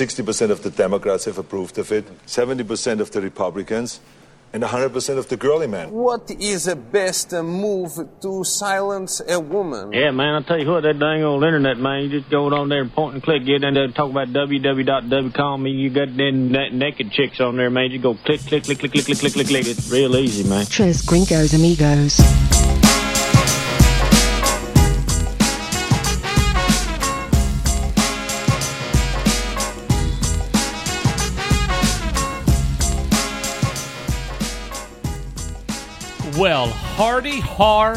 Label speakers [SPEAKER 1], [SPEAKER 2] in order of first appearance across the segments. [SPEAKER 1] 60% of the Democrats have approved of it, 70% of the Republicans, and 100% of the girly men.
[SPEAKER 2] What is the best uh, move to silence a woman?
[SPEAKER 3] Yeah, man, I tell you what, that dang old internet, man, you just go on there and point and click, get in there, talk about www.wcom, and you got them na- naked chicks on there, man. You go click, click, click, click, click, click, click, click, click. It's real easy, man.
[SPEAKER 4] Tres Gringos Amigos.
[SPEAKER 5] Well, hardy har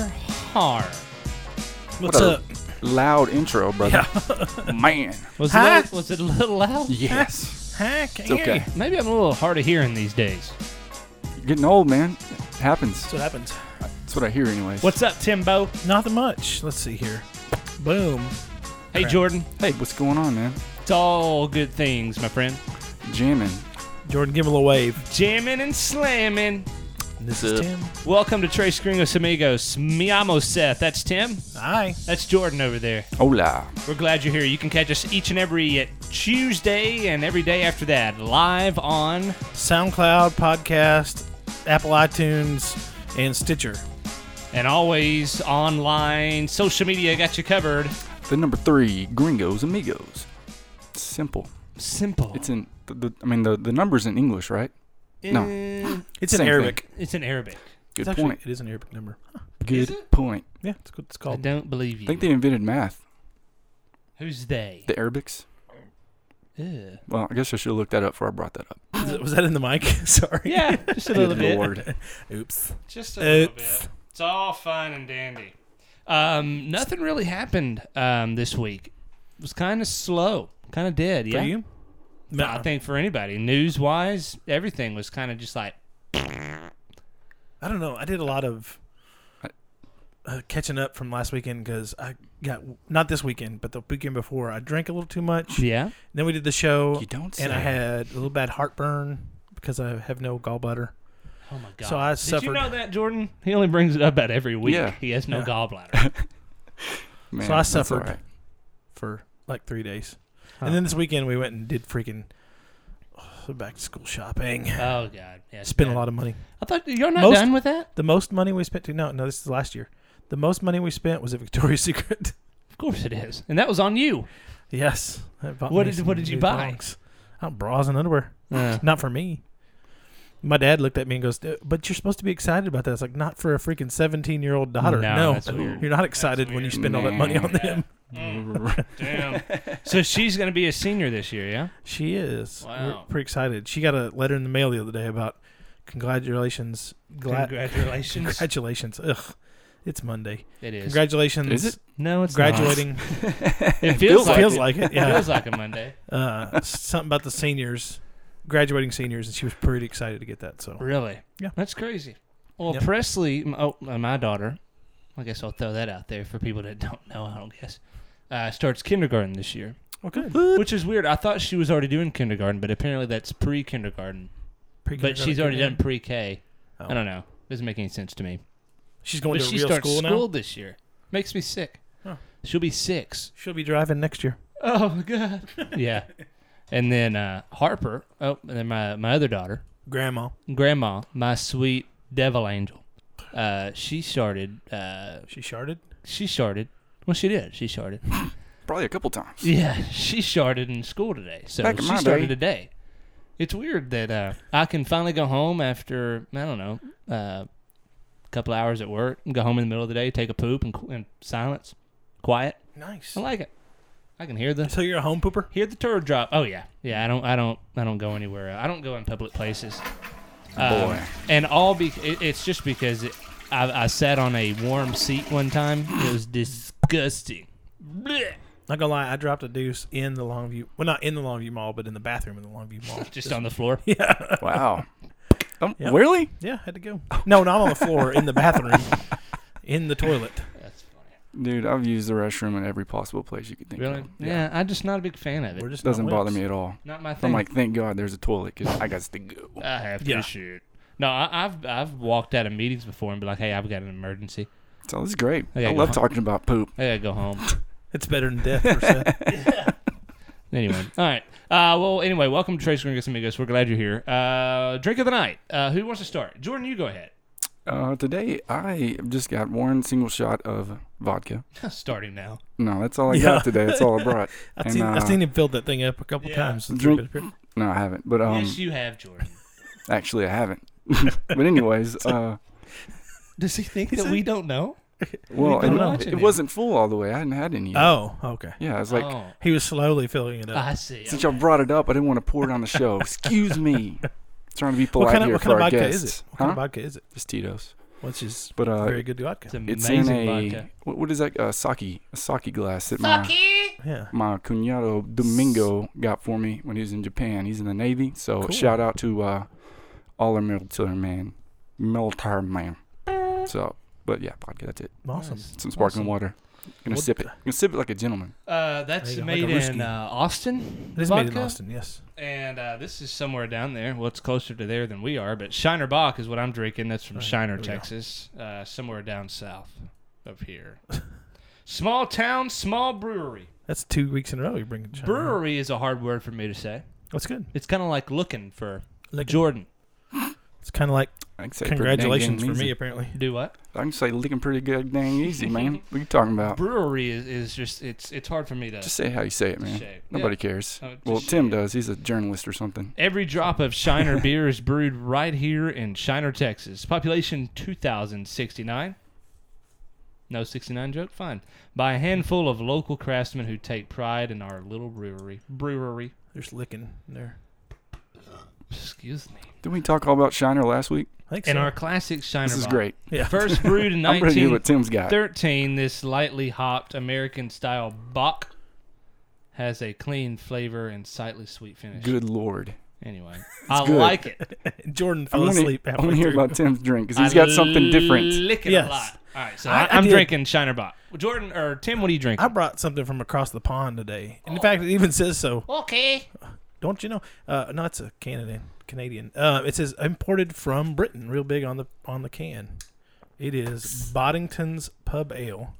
[SPEAKER 5] har. What's
[SPEAKER 6] What a
[SPEAKER 5] up?
[SPEAKER 6] Loud intro, brother. Man.
[SPEAKER 5] Was,
[SPEAKER 7] Huh?
[SPEAKER 5] it, was it a little loud?
[SPEAKER 6] Yes.
[SPEAKER 7] Hi, can
[SPEAKER 6] It's okay.
[SPEAKER 5] Maybe I'm a little hard of hearing these days.
[SPEAKER 6] You're getting old, man. It happens.
[SPEAKER 7] That's what happens.
[SPEAKER 6] That's what I hear, anyways.
[SPEAKER 5] What's up, Timbo?
[SPEAKER 7] Nothing much. Let's see here. Boom.
[SPEAKER 5] Hey, Jordan.
[SPEAKER 6] Hey, what's going on, man?
[SPEAKER 5] It's all good things, my friend.
[SPEAKER 6] Jamming.
[SPEAKER 7] Jordan, give him a little wave.
[SPEAKER 5] Jamming and slamming.
[SPEAKER 7] And This is
[SPEAKER 6] Sup?
[SPEAKER 7] Tim.
[SPEAKER 5] Welcome to Trace Gringos Amigos. Mi amo Seth. That's Tim.
[SPEAKER 7] Hi.
[SPEAKER 5] That's Jordan over there.
[SPEAKER 6] Hola.
[SPEAKER 5] We're glad you're here. You can catch us each and every uh, Tuesday and every day after that live on
[SPEAKER 7] SoundCloud, podcast, Apple iTunes, and Stitcher.
[SPEAKER 5] and always online. Social media got you covered.
[SPEAKER 6] The number three, Gringos Amigos. Simple.
[SPEAKER 5] Simple.
[SPEAKER 6] It's in. The, the, I mean, the the number's in English, right? No.
[SPEAKER 7] It's
[SPEAKER 6] Same
[SPEAKER 7] in
[SPEAKER 6] thing.
[SPEAKER 7] Arabic.
[SPEAKER 5] It's in Arabic.
[SPEAKER 6] Good
[SPEAKER 7] It's actually-
[SPEAKER 6] point.
[SPEAKER 7] It is an Arabic number.
[SPEAKER 6] Good point.
[SPEAKER 7] Yeah, it's good. It's
[SPEAKER 5] I
[SPEAKER 6] Oh.
[SPEAKER 7] called.
[SPEAKER 5] don't believe
[SPEAKER 6] I
[SPEAKER 5] you.
[SPEAKER 6] think they invented math.
[SPEAKER 5] Who's they?
[SPEAKER 6] The Arabics.
[SPEAKER 5] Ugh.
[SPEAKER 6] Well, I guess I should have looked that up before I brought that up.
[SPEAKER 7] Was that- was that in the mic? Sorry.
[SPEAKER 5] Yeah, just a
[SPEAKER 6] Good
[SPEAKER 5] little bit.
[SPEAKER 6] lord.
[SPEAKER 7] Oops.
[SPEAKER 5] Just
[SPEAKER 7] a little Oops.
[SPEAKER 5] It's all fine and dandy. Um, nothing really happened um, this week. It was kind of slow, kind of dead. Yeah,
[SPEAKER 7] For you?
[SPEAKER 5] No, I think for anybody, news wise, everything was kind of just like
[SPEAKER 7] I don't know. I did a lot of
[SPEAKER 6] I-
[SPEAKER 7] uh, catching up from last weekend because I got not this weekend, but the weekend before. I drank a little too much.
[SPEAKER 5] yeah.
[SPEAKER 7] Then we did the show.
[SPEAKER 6] You don't
[SPEAKER 7] And I
[SPEAKER 6] say.
[SPEAKER 7] had a little bad heartburn because I have no gallbladder.
[SPEAKER 5] Oh my god!
[SPEAKER 7] So I
[SPEAKER 5] Did you
[SPEAKER 7] suffered-
[SPEAKER 5] know that Jordan? He only brings it up about every week.
[SPEAKER 6] Yeah.
[SPEAKER 5] He has no
[SPEAKER 7] Yeah.
[SPEAKER 5] gallbladder.
[SPEAKER 6] Man,
[SPEAKER 7] I
[SPEAKER 6] that's
[SPEAKER 7] suffered.
[SPEAKER 6] all right.
[SPEAKER 7] for like three days.
[SPEAKER 5] Huh.
[SPEAKER 7] And then this weekend we went and did freaking oh, back to school shopping.
[SPEAKER 5] oh god! Yeah.
[SPEAKER 7] Spent a lot of money.
[SPEAKER 5] I thought you're not
[SPEAKER 7] Most-
[SPEAKER 5] done with that.
[SPEAKER 7] The most money we spent to no, no, this is last year. The most money we spent was at Victoria's Secret.
[SPEAKER 5] Of course it is, and that was on you.
[SPEAKER 7] yes. I bought
[SPEAKER 5] What
[SPEAKER 7] me
[SPEAKER 5] did-
[SPEAKER 7] some
[SPEAKER 5] what did you
[SPEAKER 7] new
[SPEAKER 5] buy?
[SPEAKER 7] thongs. Oh, bras and underwear. Not for me. My dad looked at me and goes, "Uh, "But you're supposed to be excited about that." It's like not for a freaking seventeen-year-old daughter.
[SPEAKER 5] No,
[SPEAKER 7] No,
[SPEAKER 5] that's weird.
[SPEAKER 7] you're not excited when you
[SPEAKER 5] weird.
[SPEAKER 7] spend all that money on them.
[SPEAKER 5] Damn. so she's gonna be a senior this year, yeah?
[SPEAKER 7] She is. We're
[SPEAKER 5] Wow.
[SPEAKER 7] pretty excited. She got a letter in the mail the other day about congratulations. Gla-
[SPEAKER 5] Congratulations.
[SPEAKER 7] Congratulations. Ugh. It's Monday.
[SPEAKER 5] it is.
[SPEAKER 7] Congratulations.
[SPEAKER 6] Is it?
[SPEAKER 5] no, it's
[SPEAKER 7] Graduating.
[SPEAKER 5] Not. It feels like
[SPEAKER 7] feels
[SPEAKER 5] it.
[SPEAKER 7] like it.
[SPEAKER 5] It
[SPEAKER 7] Yeah.
[SPEAKER 5] feels like a Monday.
[SPEAKER 7] uh, something about the seniors, graduating seniors, and she was pretty excited to get that. So
[SPEAKER 5] Really?
[SPEAKER 7] Yeah.
[SPEAKER 5] That's crazy. Well,
[SPEAKER 7] Yep.
[SPEAKER 5] Presley, m- oh, uh, my daughter, I guess I'll throw that out there for people that don't know, I don't guess, uh, starts kindergarten this year,
[SPEAKER 7] well, good.
[SPEAKER 5] which is weird. I thought she was already doing kindergarten, but apparently that's pre kindergarten. But she's already done pre K.
[SPEAKER 7] Oh.
[SPEAKER 5] I don't know. Doesn't make any sense to me.
[SPEAKER 7] She's going
[SPEAKER 5] but
[SPEAKER 7] to
[SPEAKER 5] she
[SPEAKER 7] real
[SPEAKER 5] starts
[SPEAKER 7] school,
[SPEAKER 5] school,
[SPEAKER 7] now.
[SPEAKER 5] this year. Makes me sick.
[SPEAKER 7] Huh.
[SPEAKER 5] She'll be six.
[SPEAKER 7] She'll be driving next year.
[SPEAKER 5] Oh my god. yeah. And then uh, Harper. Oh, and then my my other daughter,
[SPEAKER 7] Grandma.
[SPEAKER 5] Grandma, my sweet devil angel. Uh, she started. Uh,
[SPEAKER 7] She sharded.
[SPEAKER 5] she started. Well, she did. She started.
[SPEAKER 6] Probably a couple times.
[SPEAKER 5] Yeah, she started in school today. So
[SPEAKER 6] Back in
[SPEAKER 5] she
[SPEAKER 6] my
[SPEAKER 5] started
[SPEAKER 6] day.
[SPEAKER 5] today. It's weird that uh, I can finally go home after I don't know uh, a couple hours at work and go home in the middle of the day, take a poop and, and silence, quiet.
[SPEAKER 7] Nice.
[SPEAKER 5] I like it. I can hear the
[SPEAKER 7] So you're a home pooper?
[SPEAKER 5] Hear the turd drop. Oh yeah, yeah. I don't, I don't, I don't go anywhere. I don't go in public places. Um,
[SPEAKER 6] Boy.
[SPEAKER 5] and all be it, it's just because it, I, I sat on a warm seat one time. It was disgusting. Blech.
[SPEAKER 7] Not gonna lie, I dropped a deuce in the Longview. Well, not in the Longview Mall, but in the bathroom in the Longview Mall.
[SPEAKER 5] Just on the floor.
[SPEAKER 6] Wow. Um,
[SPEAKER 7] Yeah.
[SPEAKER 6] Really?
[SPEAKER 7] Yeah, had to go. No, not on the floor, in the bathroom, in the toilet.
[SPEAKER 5] That's funny.
[SPEAKER 6] Dude, I've used the restroom in every possible place you could think
[SPEAKER 5] Really?
[SPEAKER 6] of.
[SPEAKER 5] Yeah. I'm just not a big fan of
[SPEAKER 7] We're
[SPEAKER 5] it.
[SPEAKER 7] just
[SPEAKER 6] Doesn't
[SPEAKER 7] not
[SPEAKER 6] bother
[SPEAKER 7] wimps.
[SPEAKER 6] me at all.
[SPEAKER 5] Not my thing.
[SPEAKER 6] I'm like, thank God there's a toilet because I got to go.
[SPEAKER 5] I have
[SPEAKER 7] Yeah.
[SPEAKER 5] to shoot. No, I, I've I've walked out of meetings before and be like, hey, I've got an emergency.
[SPEAKER 6] So this is great.
[SPEAKER 5] I gotta
[SPEAKER 6] I
[SPEAKER 5] go
[SPEAKER 6] love
[SPEAKER 5] home.
[SPEAKER 6] talking about poop.
[SPEAKER 5] I gotta go home.
[SPEAKER 7] It's better than death. per se.
[SPEAKER 5] Anyway, all right. Uh, well, anyway, welcome to Trace Gringos Amigos. We're glad you're here. Uh, drink of the night. Uh, who wants to start? Jordan, you go ahead.
[SPEAKER 6] Uh, today I just got one single shot of vodka.
[SPEAKER 5] Starting now.
[SPEAKER 6] No, that's all I
[SPEAKER 7] Yeah.
[SPEAKER 6] got today. That's all I brought.
[SPEAKER 7] I've
[SPEAKER 6] And,
[SPEAKER 7] seen I've
[SPEAKER 6] uh,
[SPEAKER 7] seen him fill that thing up a couple
[SPEAKER 5] Yeah.
[SPEAKER 7] times. since
[SPEAKER 6] Drink-
[SPEAKER 7] we've been up here.
[SPEAKER 6] No, I haven't. But um,
[SPEAKER 5] yes, you have, Jordan.
[SPEAKER 6] actually, I haven't. but anyways, uh,
[SPEAKER 5] Does he think that we don't know?
[SPEAKER 6] well,
[SPEAKER 5] don't
[SPEAKER 6] it-
[SPEAKER 5] know.
[SPEAKER 6] it, wasn't full all the way. I hadn't had any. yet.
[SPEAKER 7] Oh, okay.
[SPEAKER 6] Yeah, I was like, uh,
[SPEAKER 5] oh,
[SPEAKER 7] He was slowly filling it up.
[SPEAKER 5] I see.
[SPEAKER 6] since y'all brought it up, I didn't want to pour it on the show. Excuse me. Trying to be polite
[SPEAKER 7] What kind of
[SPEAKER 6] here
[SPEAKER 7] what
[SPEAKER 6] for
[SPEAKER 7] kind of
[SPEAKER 6] our
[SPEAKER 7] vodka
[SPEAKER 6] guests.
[SPEAKER 7] is it? What kind of
[SPEAKER 6] Huh?
[SPEAKER 7] vodka is it?
[SPEAKER 6] It's Tito's.
[SPEAKER 7] Which is
[SPEAKER 6] But uh,
[SPEAKER 7] very good vodka.
[SPEAKER 5] It's
[SPEAKER 6] it's
[SPEAKER 5] amazing
[SPEAKER 6] in a
[SPEAKER 5] vodka.
[SPEAKER 6] What, what is that? Uh, sake, a sake glass that
[SPEAKER 7] Yeah.
[SPEAKER 6] my my cuñado Domingo got for me when he was in Japan. He's in the Navy, so shout out to uh, all our military man, military man. So, but yeah, vodka. That's it.
[SPEAKER 7] Awesome.
[SPEAKER 6] Some sparkling water. Gonna
[SPEAKER 7] What
[SPEAKER 6] sip it.
[SPEAKER 7] the-
[SPEAKER 6] Gonna sip it like a gentleman.
[SPEAKER 5] Uh, that's
[SPEAKER 7] There you go,
[SPEAKER 5] made
[SPEAKER 7] like a
[SPEAKER 5] in
[SPEAKER 7] Ruski.
[SPEAKER 5] uh, Austin.
[SPEAKER 7] It is made in
[SPEAKER 5] vodka,
[SPEAKER 7] Austin, yes.
[SPEAKER 5] And uh, this is somewhere down there. Well, it's closer to there than we are, but Shiner Bach is what I'm drinking. That's from Shiner,
[SPEAKER 7] there we go.
[SPEAKER 5] Texas, uh, somewhere down south of here. small town, small brewery.
[SPEAKER 7] That's two weeks in a row you're bringing China.
[SPEAKER 5] Brewery is a hard word for me to say.
[SPEAKER 7] That's good.
[SPEAKER 5] It's kind of like looking for
[SPEAKER 7] Looking.
[SPEAKER 5] Jordan.
[SPEAKER 7] It's kind of like
[SPEAKER 6] I can say pretty dang
[SPEAKER 7] congratulations
[SPEAKER 6] dang
[SPEAKER 7] for me,
[SPEAKER 6] easy.
[SPEAKER 7] apparently.
[SPEAKER 5] Do what?
[SPEAKER 6] I can say looking pretty good, dang easy, man. what are you talking about?
[SPEAKER 5] Brewery is, is just it's it's hard for me to.
[SPEAKER 6] Just say how you say it, man.
[SPEAKER 5] shame.
[SPEAKER 6] Nobody
[SPEAKER 5] Yeah.
[SPEAKER 6] cares.
[SPEAKER 5] Oh, it's
[SPEAKER 6] well,
[SPEAKER 5] a
[SPEAKER 6] Tim
[SPEAKER 5] shame.
[SPEAKER 6] does. He's a journalist or something.
[SPEAKER 5] Every drop of Shiner beer is brewed right here in Shiner, Texas. Population 2,069. No 69 joke? Fine. By a handful of local craftsmen who take pride in our little brewery. Brewery.
[SPEAKER 7] There's licking there.
[SPEAKER 5] Excuse me.
[SPEAKER 6] Didn't we talk all about Shiner last week?
[SPEAKER 7] I think
[SPEAKER 5] In
[SPEAKER 7] so.
[SPEAKER 5] our classic Shiner
[SPEAKER 6] This is
[SPEAKER 5] Bock.
[SPEAKER 6] great.
[SPEAKER 7] yeah.
[SPEAKER 5] First brewed in
[SPEAKER 6] I'm ready to hear what
[SPEAKER 5] 1913,
[SPEAKER 6] Tim's got.
[SPEAKER 5] this lightly hopped American style Bock has a clean flavor and slightly sweet finish.
[SPEAKER 6] Good lord.
[SPEAKER 5] Anyway, I
[SPEAKER 6] good.
[SPEAKER 5] like it.
[SPEAKER 7] Jordan
[SPEAKER 6] I
[SPEAKER 7] fell
[SPEAKER 6] want
[SPEAKER 7] asleep
[SPEAKER 6] to
[SPEAKER 7] halfway
[SPEAKER 6] hear
[SPEAKER 7] through.
[SPEAKER 6] about Tim's drink because he's
[SPEAKER 5] I
[SPEAKER 6] got something different.
[SPEAKER 5] Lick it
[SPEAKER 7] Yes.
[SPEAKER 5] a lot. All right, so
[SPEAKER 7] I-
[SPEAKER 5] I,
[SPEAKER 7] I
[SPEAKER 5] I am
[SPEAKER 7] did.
[SPEAKER 5] drinking Shiner Bach. Jordan or Tim, what are you drinking?
[SPEAKER 7] I brought something from across the pond today. In fact, it even says so.
[SPEAKER 5] okay.
[SPEAKER 7] Don't you know? Uh, no, it's a Canadian. Canadian. Uh, it says imported from Britain, real big on the on the can. It is Boddington's Pub Ale,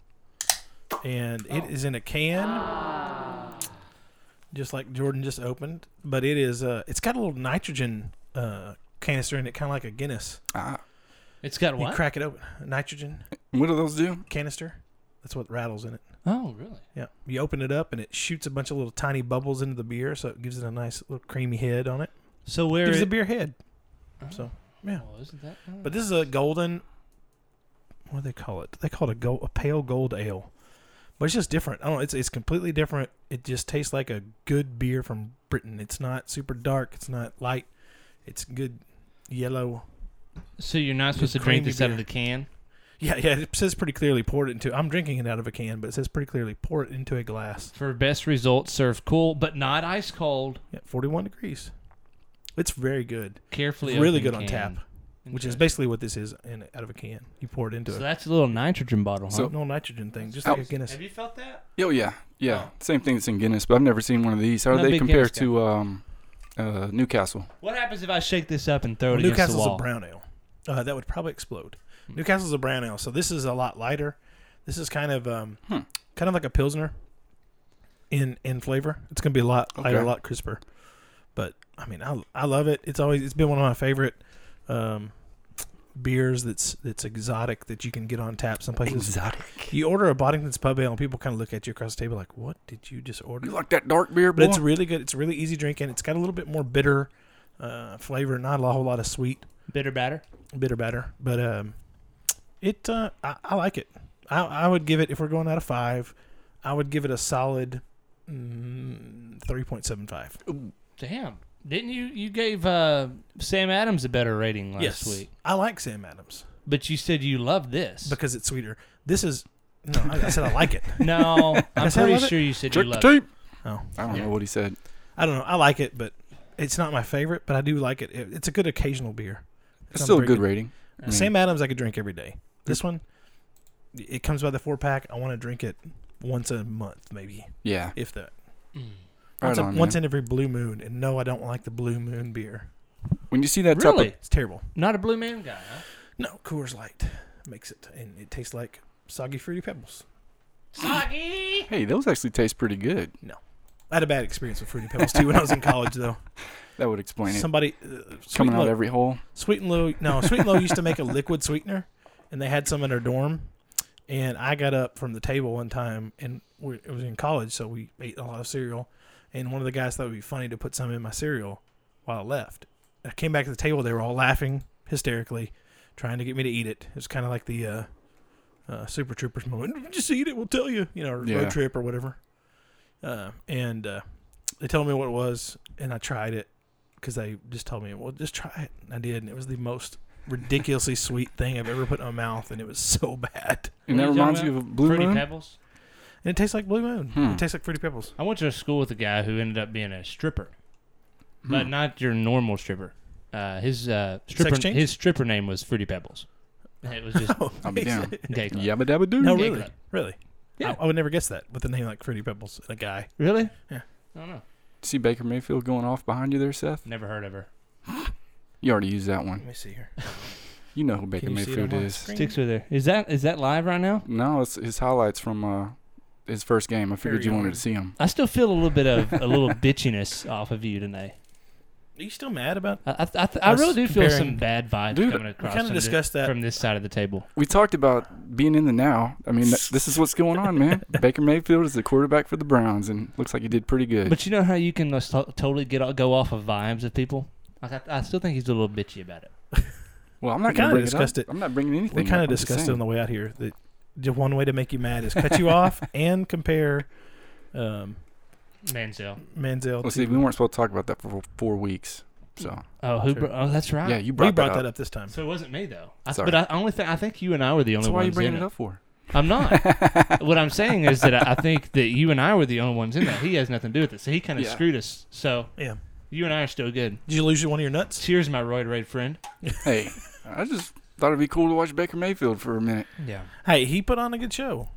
[SPEAKER 7] and it is in a can, just like Jordan just opened. But it is. Uh, it's got a little nitrogen uh, canister in it, kind of like a Guinness.
[SPEAKER 6] Ah,
[SPEAKER 5] It's got
[SPEAKER 7] You
[SPEAKER 5] what?
[SPEAKER 7] crack it open, nitrogen
[SPEAKER 6] what do those do?
[SPEAKER 7] canister. That's what rattles in it.
[SPEAKER 5] oh, really?
[SPEAKER 7] Yeah, you open it up and it shoots a bunch of little tiny bubbles into the beer, so it gives it a nice little creamy head on it.
[SPEAKER 5] So where
[SPEAKER 7] gives
[SPEAKER 5] is
[SPEAKER 7] the beer head. So yeah,
[SPEAKER 5] Oh, isn't that?
[SPEAKER 7] but this is a golden. What do they call it? They call it a gold, a pale gold ale, but it's just different. I don't. know. It's it's completely different. It just tastes like a good beer from Britain. It's not super dark. It's not light. It's good yellow.
[SPEAKER 5] so you're not supposed to
[SPEAKER 7] Just
[SPEAKER 5] drink
[SPEAKER 7] creamy
[SPEAKER 5] this out of the
[SPEAKER 7] beer.
[SPEAKER 5] can.
[SPEAKER 7] Yeah, yeah. It says pretty clearly poured into. I'm drinking it out of a can, but it says pretty clearly pour it into a glass.
[SPEAKER 5] For best results, serve cool but not ice cold.
[SPEAKER 7] Yeah, 41 degrees. It's very good.
[SPEAKER 5] Carefully,
[SPEAKER 7] really
[SPEAKER 5] opened
[SPEAKER 7] good on
[SPEAKER 5] can.
[SPEAKER 7] tap, which is
[SPEAKER 5] Interesting.
[SPEAKER 7] basically what this is in out of a can. You pour it into
[SPEAKER 5] So
[SPEAKER 7] it.
[SPEAKER 5] that's a little nitrogen bottle, huh?
[SPEAKER 6] So-
[SPEAKER 7] no nitrogen thing, just
[SPEAKER 6] Ow.
[SPEAKER 7] like a Guinness.
[SPEAKER 5] Have you felt that?
[SPEAKER 6] Oh yeah, yeah. Same thing that's in Guinness, but I've never seen one of these. How
[SPEAKER 5] Not a
[SPEAKER 6] do they
[SPEAKER 5] big
[SPEAKER 6] compare
[SPEAKER 5] Guinness guy.
[SPEAKER 6] to um, uh, Newcastle?
[SPEAKER 5] What happens if I shake this up and throw it
[SPEAKER 7] Well,
[SPEAKER 5] against the
[SPEAKER 7] Newcastle's
[SPEAKER 5] wall?
[SPEAKER 7] a brown ale. Uh, that would probably explode. Newcastle's a brown ale, so this is a lot lighter. This is kind of um,
[SPEAKER 6] Hmm.
[SPEAKER 7] kind of like a pilsner in in flavor. It's going to be a lot lighter,
[SPEAKER 6] Okay.
[SPEAKER 7] a lot crisper. But I mean, I I love it. It's always it's been one of my favorite um, beers. That's that's exotic that you can get on tap some places.
[SPEAKER 6] Exotic.
[SPEAKER 7] You order a Boddington's Pub Ale, and people kind of look at you across the table like, "What did you just order?"
[SPEAKER 6] You like that dark beer,
[SPEAKER 7] But
[SPEAKER 6] boy?
[SPEAKER 7] it's really good. It's really easy drinking. It's got a little bit more bitter uh, flavor, not a whole lot of sweet,
[SPEAKER 5] Bitter batter.
[SPEAKER 7] bitter batter. But um, it, uh, I, I like it. I, I would give it if we're going out of five, I would give it a solid mm, three point seven five.
[SPEAKER 5] Damn. Didn't you? You gave uh, Sam Adams a better rating last
[SPEAKER 7] Yes,
[SPEAKER 5] week,
[SPEAKER 7] I like Sam Adams
[SPEAKER 5] but you said you love this.
[SPEAKER 7] because it's sweeter. This is no, I, I said I like it.
[SPEAKER 5] No, I'm
[SPEAKER 7] said I
[SPEAKER 5] pretty
[SPEAKER 7] love it.
[SPEAKER 5] sure you said
[SPEAKER 6] Check
[SPEAKER 5] you
[SPEAKER 6] the
[SPEAKER 5] loved it.
[SPEAKER 6] tape.
[SPEAKER 7] Oh,
[SPEAKER 6] I don't know what he said.
[SPEAKER 7] I don't know. I like it, but it's not my favorite. But I do like it. it it's a good occasional beer. If
[SPEAKER 6] It's
[SPEAKER 7] I'm
[SPEAKER 6] still a
[SPEAKER 7] drinking-
[SPEAKER 6] good rating. I mean,
[SPEAKER 7] Sam Adams, I could drink every day. This one, it comes by the four pack. I want to drink it once a month, maybe,
[SPEAKER 6] Yeah.
[SPEAKER 7] if that.
[SPEAKER 6] Right
[SPEAKER 7] Once, a,
[SPEAKER 6] on,
[SPEAKER 7] once
[SPEAKER 6] man.
[SPEAKER 7] in every blue moon. And no, I don't like the blue moon beer.
[SPEAKER 6] When you see that type
[SPEAKER 5] Really?
[SPEAKER 6] of
[SPEAKER 7] It's terrible.
[SPEAKER 5] Not a blue man guy, huh?
[SPEAKER 7] No, Coors Light makes it, and it tastes like soggy fruity pebbles.
[SPEAKER 5] Soggy.
[SPEAKER 6] hey, those actually taste pretty good.
[SPEAKER 7] I had a bad experience with Fruity Pebbles too when I was in college, though.
[SPEAKER 6] That would explain it.
[SPEAKER 7] Somebody uh, Sweet
[SPEAKER 6] Coming
[SPEAKER 7] and
[SPEAKER 6] out
[SPEAKER 7] Low,
[SPEAKER 6] every hole.
[SPEAKER 7] Sweet and Low. No, Sweet and Low used to make a liquid sweetener, and they had some in her dorm. And I got up from the table one time, and we, it was in college, so we ate a lot of cereal. And one of the guys thought it would be funny to put some in my cereal while I left. I came back to the table; they were all laughing hysterically, trying to get me to eat it. It was kind of like the uh, uh, Super Troopers moment. Just eat it; we'll tell you. You know, or
[SPEAKER 6] Yeah.
[SPEAKER 7] road trip or whatever. Uh, and uh, they told me what it was, and I tried it because they just told me, "Well, just try it." And I did, and it was the most ridiculously sweet thing I've ever put in my mouth, and it was so bad.
[SPEAKER 6] And that
[SPEAKER 5] What are you talking
[SPEAKER 6] reminds
[SPEAKER 5] about?
[SPEAKER 6] you of Blue
[SPEAKER 5] Fruity
[SPEAKER 6] Moon.
[SPEAKER 5] Pebbles.
[SPEAKER 7] And it tastes like Blue Moon.
[SPEAKER 6] Hmm.
[SPEAKER 7] It tastes like fruity pebbles.
[SPEAKER 5] I went to a school with a guy who ended up being a stripper, but
[SPEAKER 6] Hmm.
[SPEAKER 5] not your normal stripper. Uh, his uh, stripper
[SPEAKER 7] change?
[SPEAKER 5] his stripper name was Fruity Pebbles. It was just
[SPEAKER 7] Oh,
[SPEAKER 6] I'll be
[SPEAKER 7] amazing.
[SPEAKER 6] down.
[SPEAKER 5] gay club.
[SPEAKER 6] Yabba dabba doo.
[SPEAKER 7] No,
[SPEAKER 5] Gay
[SPEAKER 7] really,
[SPEAKER 5] club.
[SPEAKER 7] really.
[SPEAKER 5] Yeah.
[SPEAKER 7] I, I would never guess that with a name like Fruity Pebbles and a guy.
[SPEAKER 5] Really?
[SPEAKER 7] Yeah.
[SPEAKER 5] I don't know.
[SPEAKER 6] See Baker Mayfield going off behind you there, Seth?
[SPEAKER 5] Never heard of her.
[SPEAKER 6] You already used that
[SPEAKER 7] Let
[SPEAKER 6] one.
[SPEAKER 7] me see here.
[SPEAKER 6] You know who Baker
[SPEAKER 7] you see it on
[SPEAKER 6] Mayfield
[SPEAKER 7] my
[SPEAKER 6] is.
[SPEAKER 7] screen?
[SPEAKER 5] Sticks with her. Is that is that live right now?
[SPEAKER 6] No, it's his highlights from uh, his first game. I figured
[SPEAKER 7] Very
[SPEAKER 6] you wanted
[SPEAKER 7] young.
[SPEAKER 6] to see him.
[SPEAKER 5] I still feel a little bit of a little bitchiness off of you today.
[SPEAKER 7] Are you still mad about?
[SPEAKER 5] I I, I, I
[SPEAKER 7] Us
[SPEAKER 5] really do feel some
[SPEAKER 7] comparing-
[SPEAKER 5] bad vibes
[SPEAKER 6] Dude,
[SPEAKER 5] coming
[SPEAKER 6] we
[SPEAKER 5] across.
[SPEAKER 7] kinda
[SPEAKER 5] from thi-
[SPEAKER 7] discussed that.
[SPEAKER 5] from this side of the table.
[SPEAKER 6] We talked about being in the now. I mean, th- this is what's going on, man. Baker Mayfield is the quarterback for the Browns, and looks like he did pretty good.
[SPEAKER 5] But you know how you can just to- totally get o- go off of vibes of people. Like I, I still think he's a little bitchy about it.
[SPEAKER 6] well, I'm not going
[SPEAKER 7] we kinda
[SPEAKER 6] to bring
[SPEAKER 7] discussed
[SPEAKER 6] it, up.
[SPEAKER 7] it.
[SPEAKER 6] I'm not bringing anything.
[SPEAKER 7] We
[SPEAKER 6] up.
[SPEAKER 7] kind
[SPEAKER 6] I'm
[SPEAKER 7] of
[SPEAKER 6] just
[SPEAKER 7] discussed it
[SPEAKER 6] saying.
[SPEAKER 7] on the way out here. That the one way to make you mad is cut you off and compare um,
[SPEAKER 5] Mansell.
[SPEAKER 7] Manziel.
[SPEAKER 6] Well,
[SPEAKER 7] to,
[SPEAKER 6] see, we weren't supposed to talk about that for four weeks. So
[SPEAKER 5] Oh, who?
[SPEAKER 7] Sure.
[SPEAKER 5] Bro- oh, that's right.
[SPEAKER 6] yeah, you
[SPEAKER 7] we
[SPEAKER 6] brought,
[SPEAKER 7] brought
[SPEAKER 6] that up.
[SPEAKER 7] this time.
[SPEAKER 5] So it wasn't me though. I,
[SPEAKER 6] Sorry.
[SPEAKER 5] but I only think I think you and I were the only
[SPEAKER 6] That's why
[SPEAKER 5] ones
[SPEAKER 6] you bringing
[SPEAKER 5] in
[SPEAKER 6] it up for?
[SPEAKER 5] I'm not. what I'm saying is that I, I think that you and I were the only ones in that. He has nothing to do with it. So he kind of
[SPEAKER 6] Yeah.
[SPEAKER 5] screwed us. So
[SPEAKER 7] Yeah.
[SPEAKER 5] you and I are still good.
[SPEAKER 7] Did you lose one of your nuts?
[SPEAKER 5] Cheers, my roid raid friend.
[SPEAKER 6] Hey, I just thought it'd be cool to watch Baker Mayfield for a minute.
[SPEAKER 5] Yeah.
[SPEAKER 7] Hey, he put on a good show.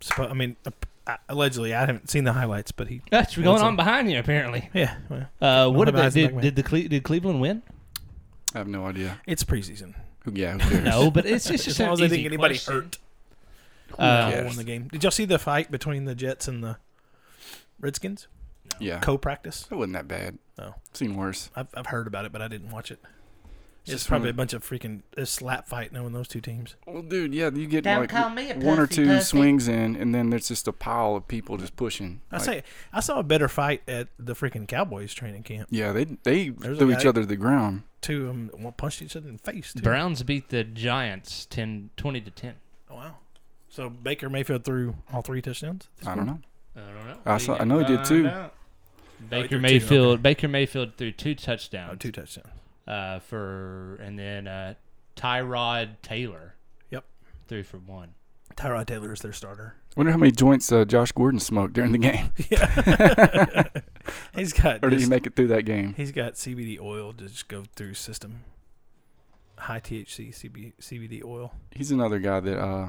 [SPEAKER 7] Suppo- I mean, uh, allegedly, I haven't seen the highlights, but he.
[SPEAKER 5] That's going
[SPEAKER 7] What's
[SPEAKER 5] on
[SPEAKER 7] up?
[SPEAKER 5] behind you apparently.
[SPEAKER 7] Yeah, well,
[SPEAKER 5] Uh, what
[SPEAKER 7] have
[SPEAKER 5] about
[SPEAKER 7] eyes in the
[SPEAKER 5] did,
[SPEAKER 7] back of my
[SPEAKER 5] did the Cle- did Cleveland win?
[SPEAKER 6] I have no idea.
[SPEAKER 7] it's preseason.
[SPEAKER 6] Who, yeah, who cares?
[SPEAKER 5] No, but it's, it's just
[SPEAKER 7] as long
[SPEAKER 5] an
[SPEAKER 7] as they didn't
[SPEAKER 5] easy
[SPEAKER 7] get anybody
[SPEAKER 5] question.
[SPEAKER 7] hurt.
[SPEAKER 5] Uh,
[SPEAKER 7] Cole won the game. Did y'all see the fight between the Jets and the Redskins?
[SPEAKER 6] Yeah,
[SPEAKER 7] Co-practice.
[SPEAKER 6] it wasn't that bad.
[SPEAKER 7] No.
[SPEAKER 6] seen worse.
[SPEAKER 7] I've, I've heard about it, but I didn't watch it. It's
[SPEAKER 6] Just
[SPEAKER 7] probably
[SPEAKER 6] wanna-
[SPEAKER 7] a bunch of freaking a slap fight knowing those two teams.
[SPEAKER 6] Well, dude, yeah, you get
[SPEAKER 8] Don't
[SPEAKER 6] like
[SPEAKER 8] call me a
[SPEAKER 6] one or
[SPEAKER 8] pussy,
[SPEAKER 6] two
[SPEAKER 8] pussy.
[SPEAKER 6] swings in, and then there's just a pile of people just pushing.
[SPEAKER 7] I
[SPEAKER 6] Like,
[SPEAKER 7] say I saw a better fight at the freaking Cowboys training camp.
[SPEAKER 6] yeah, they they
[SPEAKER 7] There's a
[SPEAKER 6] threw each
[SPEAKER 7] guy-
[SPEAKER 6] other to the ground.
[SPEAKER 7] Two of them punched each other in the face. Too.
[SPEAKER 5] Browns beat the Giants 10, 20 to ten.
[SPEAKER 7] Oh, Wow. So Baker Mayfield threw all three touchdowns.
[SPEAKER 6] I don't know.
[SPEAKER 5] I don't know.
[SPEAKER 6] I saw- I know he did too.
[SPEAKER 7] he
[SPEAKER 5] Baker
[SPEAKER 7] threw two,
[SPEAKER 5] Mayfield. Baker Mayfield threw two
[SPEAKER 7] Oh,
[SPEAKER 5] touchdowns.
[SPEAKER 7] two touchdowns.
[SPEAKER 5] uh, for and then uh, Tyrod Taylor.
[SPEAKER 7] Yep.
[SPEAKER 5] Threw for one.
[SPEAKER 7] Tyrod Taylor is their starter.
[SPEAKER 6] Wonder how many joints uh, Josh Gordon smoked during the game,
[SPEAKER 7] He's got
[SPEAKER 6] or did he
[SPEAKER 7] just-
[SPEAKER 6] make it through that game?
[SPEAKER 7] He's got CBD oil to just go through his system. High THC CB, CBD oil.
[SPEAKER 6] He's another guy that uh,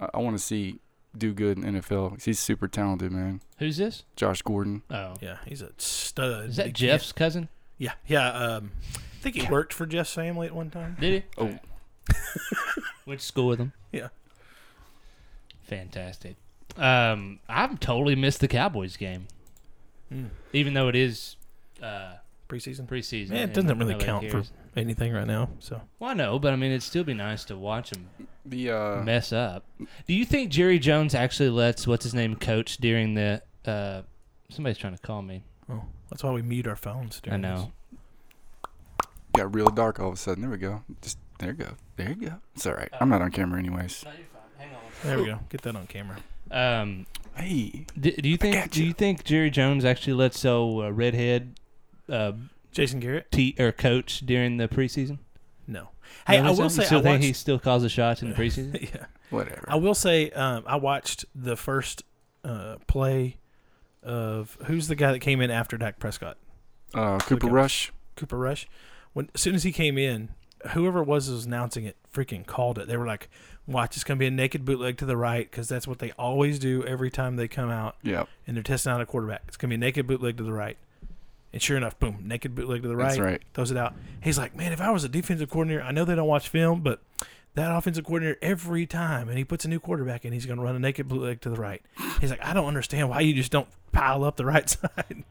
[SPEAKER 6] I, I want to see do good in NFL. 'cause He's super talented, man.
[SPEAKER 5] Who's this?
[SPEAKER 6] Josh Gordon.
[SPEAKER 5] Oh,
[SPEAKER 7] Yeah, he's a stud.
[SPEAKER 5] is
[SPEAKER 7] He
[SPEAKER 5] that
[SPEAKER 7] can't-
[SPEAKER 5] Jeff's cousin?
[SPEAKER 7] Yeah, yeah. Um, I think he worked for Jeff's family at one time.
[SPEAKER 5] Did he?
[SPEAKER 6] Oh.
[SPEAKER 5] Went to school with him.
[SPEAKER 7] Yeah.
[SPEAKER 5] Fantastic. Um, I've totally missed the Cowboys game, Hmm.
[SPEAKER 7] Mm.
[SPEAKER 5] even though it is uh,
[SPEAKER 7] Preseason.
[SPEAKER 5] preseason.
[SPEAKER 7] Man, it
[SPEAKER 5] and
[SPEAKER 7] doesn't really
[SPEAKER 5] nobody
[SPEAKER 7] count for
[SPEAKER 5] cares.
[SPEAKER 7] anything right now. So
[SPEAKER 5] Well, I know, but I mean, it'd still be nice to watch them
[SPEAKER 6] The uh,
[SPEAKER 5] mess up. Do you think Jerry Jones actually lets what's his name coach during the? Uh, somebody's trying to call me.
[SPEAKER 7] oh, that's why we mute our phones.
[SPEAKER 5] I
[SPEAKER 7] during
[SPEAKER 5] know.
[SPEAKER 6] got real dark all of a sudden. There we go. Just there you go. There you go. It's all right. I'm not on camera anyways.
[SPEAKER 7] this. There we go. Get that on camera.
[SPEAKER 5] Um,
[SPEAKER 6] Hey,
[SPEAKER 5] do, do you think? Do
[SPEAKER 6] gotcha.
[SPEAKER 5] you think Jerry Jones actually lets old uh, redhead uh,
[SPEAKER 7] Jason Garrett.
[SPEAKER 5] te- or coach during the preseason?
[SPEAKER 7] No. Hey,
[SPEAKER 5] You
[SPEAKER 7] I
[SPEAKER 5] know
[SPEAKER 7] will
[SPEAKER 5] something?
[SPEAKER 7] say
[SPEAKER 5] You still
[SPEAKER 7] I
[SPEAKER 5] think
[SPEAKER 7] watched.
[SPEAKER 5] he still calls the shots in the preseason.
[SPEAKER 7] yeah.
[SPEAKER 6] whatever.
[SPEAKER 7] I will say um, I watched the first uh, play of who's the guy that came in after Dak Prescott.
[SPEAKER 6] Uh, Cooper
[SPEAKER 7] Okay.
[SPEAKER 6] Rush.
[SPEAKER 7] Cooper Rush. When as soon as he came in, whoever it was that was announcing it freaking called it. They were like, "Watch, it's gonna be a naked bootleg to the right because that's what they always do every time they come out
[SPEAKER 6] Yep.
[SPEAKER 7] and they're testing out a quarterback. It's gonna be a naked bootleg to the right." And sure enough, boom, naked bootleg to the right.
[SPEAKER 6] That's right.
[SPEAKER 7] Throws it out. He's like, "Man, if I was a defensive coordinator, I know they don't watch film, but that offensive coordinator every time, and he puts a new quarterback in. He's going to run a naked blue leg to the right. He's like, I don't understand why you just don't pile up the right
[SPEAKER 6] Uh-huh.
[SPEAKER 7] side.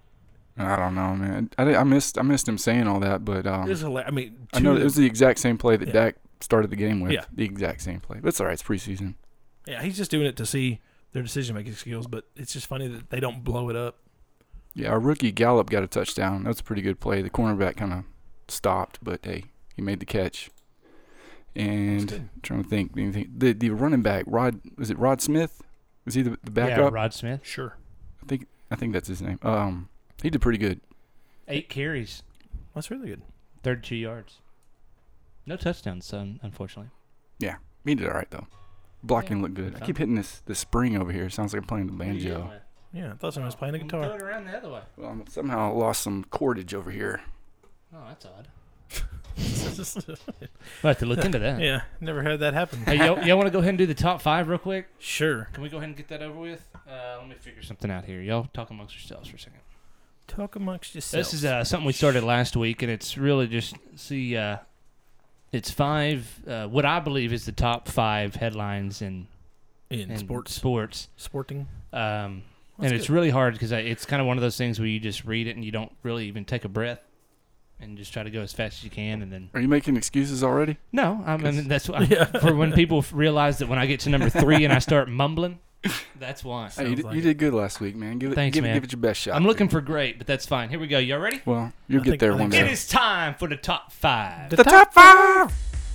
[SPEAKER 6] I don't know, man. I, di- I missed I missed him saying all that, but um,
[SPEAKER 7] It's hila- I mean,
[SPEAKER 6] I know
[SPEAKER 7] two-
[SPEAKER 6] it was the exact same play that
[SPEAKER 7] Yeah.
[SPEAKER 6] Dak started the game with.
[SPEAKER 7] Yeah.
[SPEAKER 6] The exact same play. But it's all right. It's preseason.
[SPEAKER 7] yeah, he's just doing it to see their decision making skills, but it's just funny that they don't blow it up.
[SPEAKER 6] Yeah, our rookie Gallup got a touchdown. That's a pretty good play. The cornerback kind of stopped, but hey, he made the catch. And
[SPEAKER 7] That's good.
[SPEAKER 6] I'm trying to think, anything. The the running back Rod was it Rod Smith? Was he the, the
[SPEAKER 5] yeah,
[SPEAKER 6] backup?
[SPEAKER 5] Rod Smith.
[SPEAKER 7] Sure.
[SPEAKER 6] I think I think that's his name. Um, he did pretty good.
[SPEAKER 5] Eight carries,
[SPEAKER 7] That's really good.
[SPEAKER 5] 32 yards. No touchdowns, son, unfortunately.
[SPEAKER 6] Yeah, he did all right though. Blocking looked good. I keep hitting this the spring over here. It sounds like I'm playing the banjo.
[SPEAKER 7] Yeah, I thought someone was playing a guitar.
[SPEAKER 5] it around the other way.
[SPEAKER 6] Well, I'm somehow lost some cordage over here.
[SPEAKER 5] Oh, that's odd. I'll have to look into that.
[SPEAKER 7] yeah, never had that happen.
[SPEAKER 5] Hey, y'all, y'all want to go ahead and do the top five real quick?
[SPEAKER 7] Sure.
[SPEAKER 5] Can we go ahead and get that over with? Uh, let me figure something out here. Y'all talk amongst yourselves for a second.
[SPEAKER 7] Talk amongst yourselves.
[SPEAKER 5] This is uh, something we started last week, and it's really just see. Uh, it's five. Uh, what I believe is the top five headlines in,
[SPEAKER 7] in
[SPEAKER 5] in
[SPEAKER 7] sports.
[SPEAKER 5] Sports,
[SPEAKER 7] Sporting.
[SPEAKER 5] um, and
[SPEAKER 7] That's
[SPEAKER 5] it's
[SPEAKER 7] good.
[SPEAKER 5] really hard because it's kind of one of those things where you just read it and you don't really even take a breath, and just try to go as fast as you can, and then
[SPEAKER 6] Are you making excuses already?
[SPEAKER 5] no, I mean
[SPEAKER 6] 'Cause-
[SPEAKER 5] that's why for when people f- realize that when I get to number three and I start mumbling, that's why.
[SPEAKER 6] Hey, you,
[SPEAKER 7] Sounds
[SPEAKER 6] did,
[SPEAKER 7] like
[SPEAKER 6] you
[SPEAKER 7] it.
[SPEAKER 6] did good last week, man. Give it,
[SPEAKER 5] Thanks,
[SPEAKER 6] give, it-
[SPEAKER 5] man.
[SPEAKER 6] give it your best shot.
[SPEAKER 5] I'm looking
[SPEAKER 6] dude.
[SPEAKER 5] for great, but that's fine. Here we go. Y'all ready?
[SPEAKER 6] Well, you'll
[SPEAKER 7] I
[SPEAKER 6] get
[SPEAKER 7] think-
[SPEAKER 6] there
[SPEAKER 7] I
[SPEAKER 6] one
[SPEAKER 7] think
[SPEAKER 6] day.
[SPEAKER 5] It is time for the top five.
[SPEAKER 6] the top five.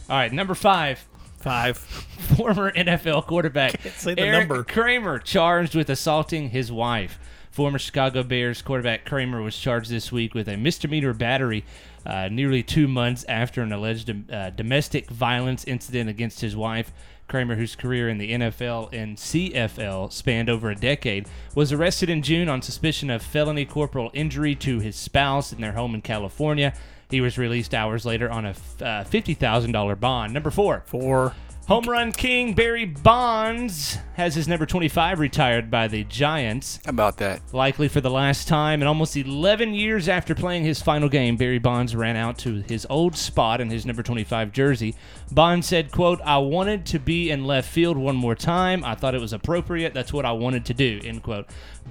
[SPEAKER 5] All right, number five.
[SPEAKER 7] Five.
[SPEAKER 5] former NFL quarterback
[SPEAKER 7] say the
[SPEAKER 5] Eric
[SPEAKER 7] number.
[SPEAKER 5] Kramer charged with assaulting his wife. Former Chicago Bears quarterback Kramer was charged this week with a misdemeanor battery uh, nearly two months after an alleged uh, domestic violence incident against his wife. Kramer, whose career in the NFL and CFL spanned over a decade, was arrested in June on suspicion of felony corporal injury to his spouse in their home in California. He was released hours later on a f- uh, $50,000 bond. Number four.
[SPEAKER 7] Four.
[SPEAKER 5] Home run king Barry Bonds has his number 25 retired by the Giants,
[SPEAKER 6] How about that?
[SPEAKER 5] likely for the last time. And almost 11 years after playing his final game, Barry Bonds ran out to his old spot in his number 25 jersey. Bonds said, "quote I wanted to be in left field one more time. I thought it was appropriate. That's what I wanted to do." End quote.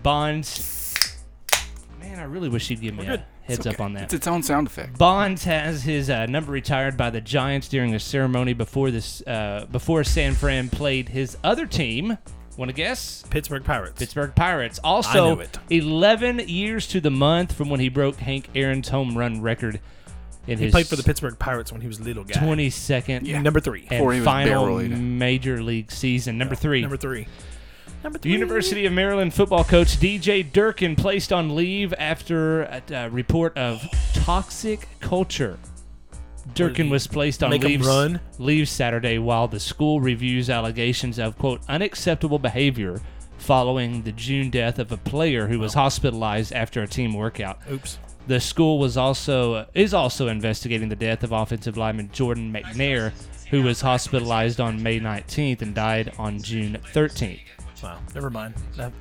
[SPEAKER 5] Bonds, man, I really wish he'd give me a heads up on that.
[SPEAKER 6] It's its own sound effect.
[SPEAKER 5] Bonds has his uh, number retired by the Giants during a ceremony before this uh, before San Fran played his other team. Want to guess?
[SPEAKER 7] Pittsburgh Pirates.
[SPEAKER 5] Pittsburgh Pirates. Also,
[SPEAKER 7] knew it.
[SPEAKER 5] 11 years to the month from when he broke Hank Aaron's home run record in
[SPEAKER 7] he
[SPEAKER 5] his
[SPEAKER 7] played for the Pittsburgh Pirates when he was a little guy.
[SPEAKER 5] 22nd
[SPEAKER 7] Number three.
[SPEAKER 5] and
[SPEAKER 6] Before he was
[SPEAKER 5] final
[SPEAKER 6] barrel-rated.
[SPEAKER 5] major league season. Number three.
[SPEAKER 7] Number three. Number
[SPEAKER 5] The University of Maryland football coach DJ Durkin placed on leave after a, a report of toxic culture. Durkin was placed on
[SPEAKER 7] Make 'em
[SPEAKER 5] leave,
[SPEAKER 7] run?
[SPEAKER 5] leave Saturday while the school reviews allegations of, quote, unacceptable behavior following the June death of a player who was hospitalized after a team workout.
[SPEAKER 7] Oops.
[SPEAKER 5] The school was also uh, is also investigating the death of offensive lineman Jordan McNair, who was hospitalized on May 19th and died on June 13th.
[SPEAKER 7] Wow. Never mind. That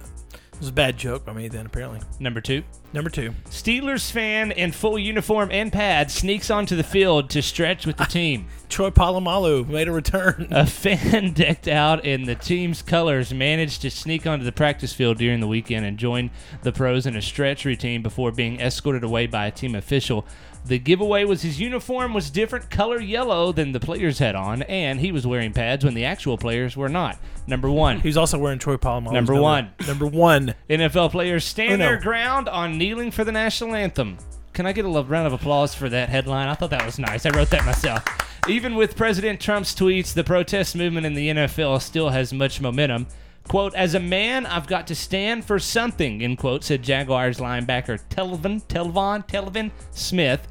[SPEAKER 7] it was a bad joke by me then, apparently.
[SPEAKER 5] Number two,
[SPEAKER 7] Number two.
[SPEAKER 5] Steelers fan in full uniform and pads sneaks onto the field to stretch with the team.
[SPEAKER 7] Troy Polamalu made a return.
[SPEAKER 5] A fan decked out in the team's colors managed to sneak onto the practice field during the weekend and join the pros in a stretch routine before being escorted away by a team official. The giveaway was his uniform was different color yellow than the players had on, and he was wearing pads when the actual players were not. Number one.
[SPEAKER 7] He was also wearing Troy Polamalu's
[SPEAKER 5] Number one.
[SPEAKER 7] Number one.
[SPEAKER 5] NFL players stand
[SPEAKER 7] Uno.
[SPEAKER 5] their ground on kneeling for the national anthem. Can I get a lo- round of applause for that headline? I thought that was nice. I wrote that myself. Even with President Trump's tweets, the protest movement in the NFL still has much momentum. Quote, as a man, I've got to stand for something, end quote, said Jaguars linebacker Telvin, Telvon, Telvin Smith.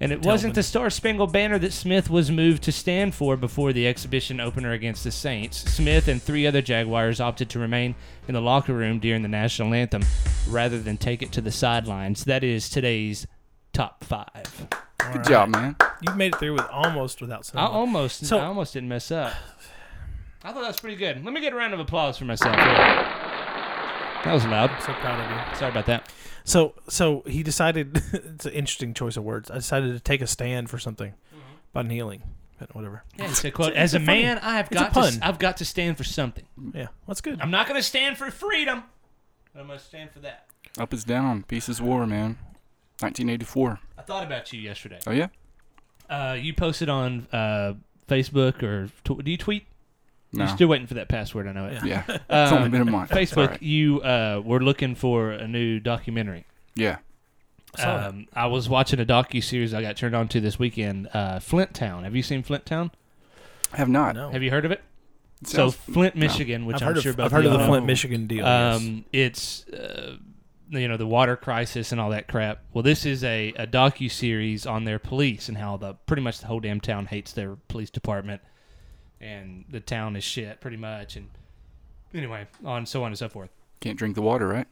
[SPEAKER 5] And it wasn't the Star Spangled Banner that Smith was moved to stand for before the exhibition opener against the Saints. Smith and three other Jaguars opted to remain in the locker room during the national anthem rather than take it to the sidelines. That is today's top five.
[SPEAKER 7] Oh
[SPEAKER 6] Good job, man.
[SPEAKER 7] You made it through with almost without
[SPEAKER 5] I
[SPEAKER 7] someone.
[SPEAKER 5] almost,
[SPEAKER 7] So-
[SPEAKER 5] I almost didn't mess up. I thought that was pretty good. Let me get a round of applause for myself. Here. That was loud.
[SPEAKER 7] so proud of you.
[SPEAKER 5] Sorry about that.
[SPEAKER 7] So so he
[SPEAKER 5] Mm-hmm.
[SPEAKER 7] decided it's an interesting choice of words. I decided to take a stand for something by kneeling. but whatever.
[SPEAKER 5] Yeah, it's a quote. As a
[SPEAKER 7] funny-
[SPEAKER 5] man, I have
[SPEAKER 7] it's a
[SPEAKER 5] got to, s-
[SPEAKER 7] pun.
[SPEAKER 5] I've got to stand for something.
[SPEAKER 7] Yeah, that's good.
[SPEAKER 5] I'm not going to stand for freedom. But I'm going to stand for that.
[SPEAKER 6] Up is down. Peace is war, man. 1984.
[SPEAKER 5] I thought about you yesterday.
[SPEAKER 6] Oh yeah.
[SPEAKER 5] Uh, you posted on uh, Facebook or tw- do you tweet?
[SPEAKER 6] No.
[SPEAKER 5] You're still waiting for that password. I know it. Um,
[SPEAKER 6] yeah. it's only been a month. It's all
[SPEAKER 5] Facebook,
[SPEAKER 6] right.
[SPEAKER 5] you uh, were looking for a new documentary.
[SPEAKER 6] Yeah.
[SPEAKER 7] saw that.
[SPEAKER 5] Um, I was watching a docu series I got turned on to this weekend. Uh, Flint Town. Have you seen Flint Town?
[SPEAKER 6] I have not.
[SPEAKER 7] no,
[SPEAKER 5] Have you heard of it?
[SPEAKER 6] It
[SPEAKER 5] So
[SPEAKER 6] sounds-
[SPEAKER 5] Flint, Michigan, which
[SPEAKER 7] I've
[SPEAKER 5] I'm
[SPEAKER 7] heard,
[SPEAKER 5] sure
[SPEAKER 7] of,
[SPEAKER 5] both
[SPEAKER 7] I've heard
[SPEAKER 5] y'all
[SPEAKER 7] of the
[SPEAKER 5] know.
[SPEAKER 7] Flint, Michigan deal. yes.
[SPEAKER 5] Um, it's uh, you know the water crisis and all that crap. Well, this is a, a docu series on their police and how the pretty much the whole damn town hates their police department, and the town is shit pretty much. And anyway, on so on and so forth.
[SPEAKER 6] Can't drink the water, right?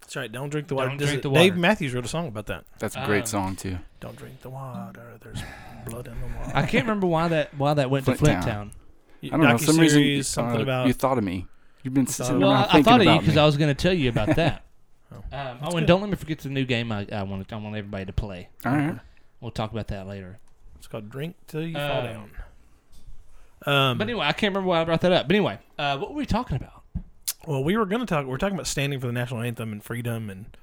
[SPEAKER 7] That's right. Don't drink the water.
[SPEAKER 5] Don't
[SPEAKER 7] Does
[SPEAKER 5] drink
[SPEAKER 7] it-
[SPEAKER 5] the
[SPEAKER 7] Dave
[SPEAKER 5] water.
[SPEAKER 7] Matthews wrote a song about that.
[SPEAKER 6] That's a great
[SPEAKER 5] Um,
[SPEAKER 6] song too.
[SPEAKER 7] Don't drink the water. There's blood in the water.
[SPEAKER 5] I can't remember why that why that went to
[SPEAKER 6] Flint
[SPEAKER 5] Flint Town.
[SPEAKER 6] Town. I don't know. Some reason you,
[SPEAKER 7] Docuseries, something
[SPEAKER 6] uh,
[SPEAKER 7] about
[SPEAKER 6] you thought of me. You've been
[SPEAKER 7] thought
[SPEAKER 6] sitting
[SPEAKER 7] of-
[SPEAKER 5] Well,
[SPEAKER 6] around
[SPEAKER 5] I, I
[SPEAKER 6] thinking
[SPEAKER 5] thought of you
[SPEAKER 6] about
[SPEAKER 5] because
[SPEAKER 6] me.
[SPEAKER 5] I was going to tell you about that.
[SPEAKER 7] Oh,
[SPEAKER 5] um, oh, and don't let me forget the new game I, I want. I want everybody to play.
[SPEAKER 6] All right.
[SPEAKER 5] We'll talk about that later.
[SPEAKER 7] it's called "Drink Till You Fall Down."
[SPEAKER 5] Um,
[SPEAKER 7] Um,
[SPEAKER 5] But anyway, I can't remember why I brought that up. But anyway, uh, what were we talking about?
[SPEAKER 7] well, we were going to talk. We're talking about standing for the national anthem and freedom and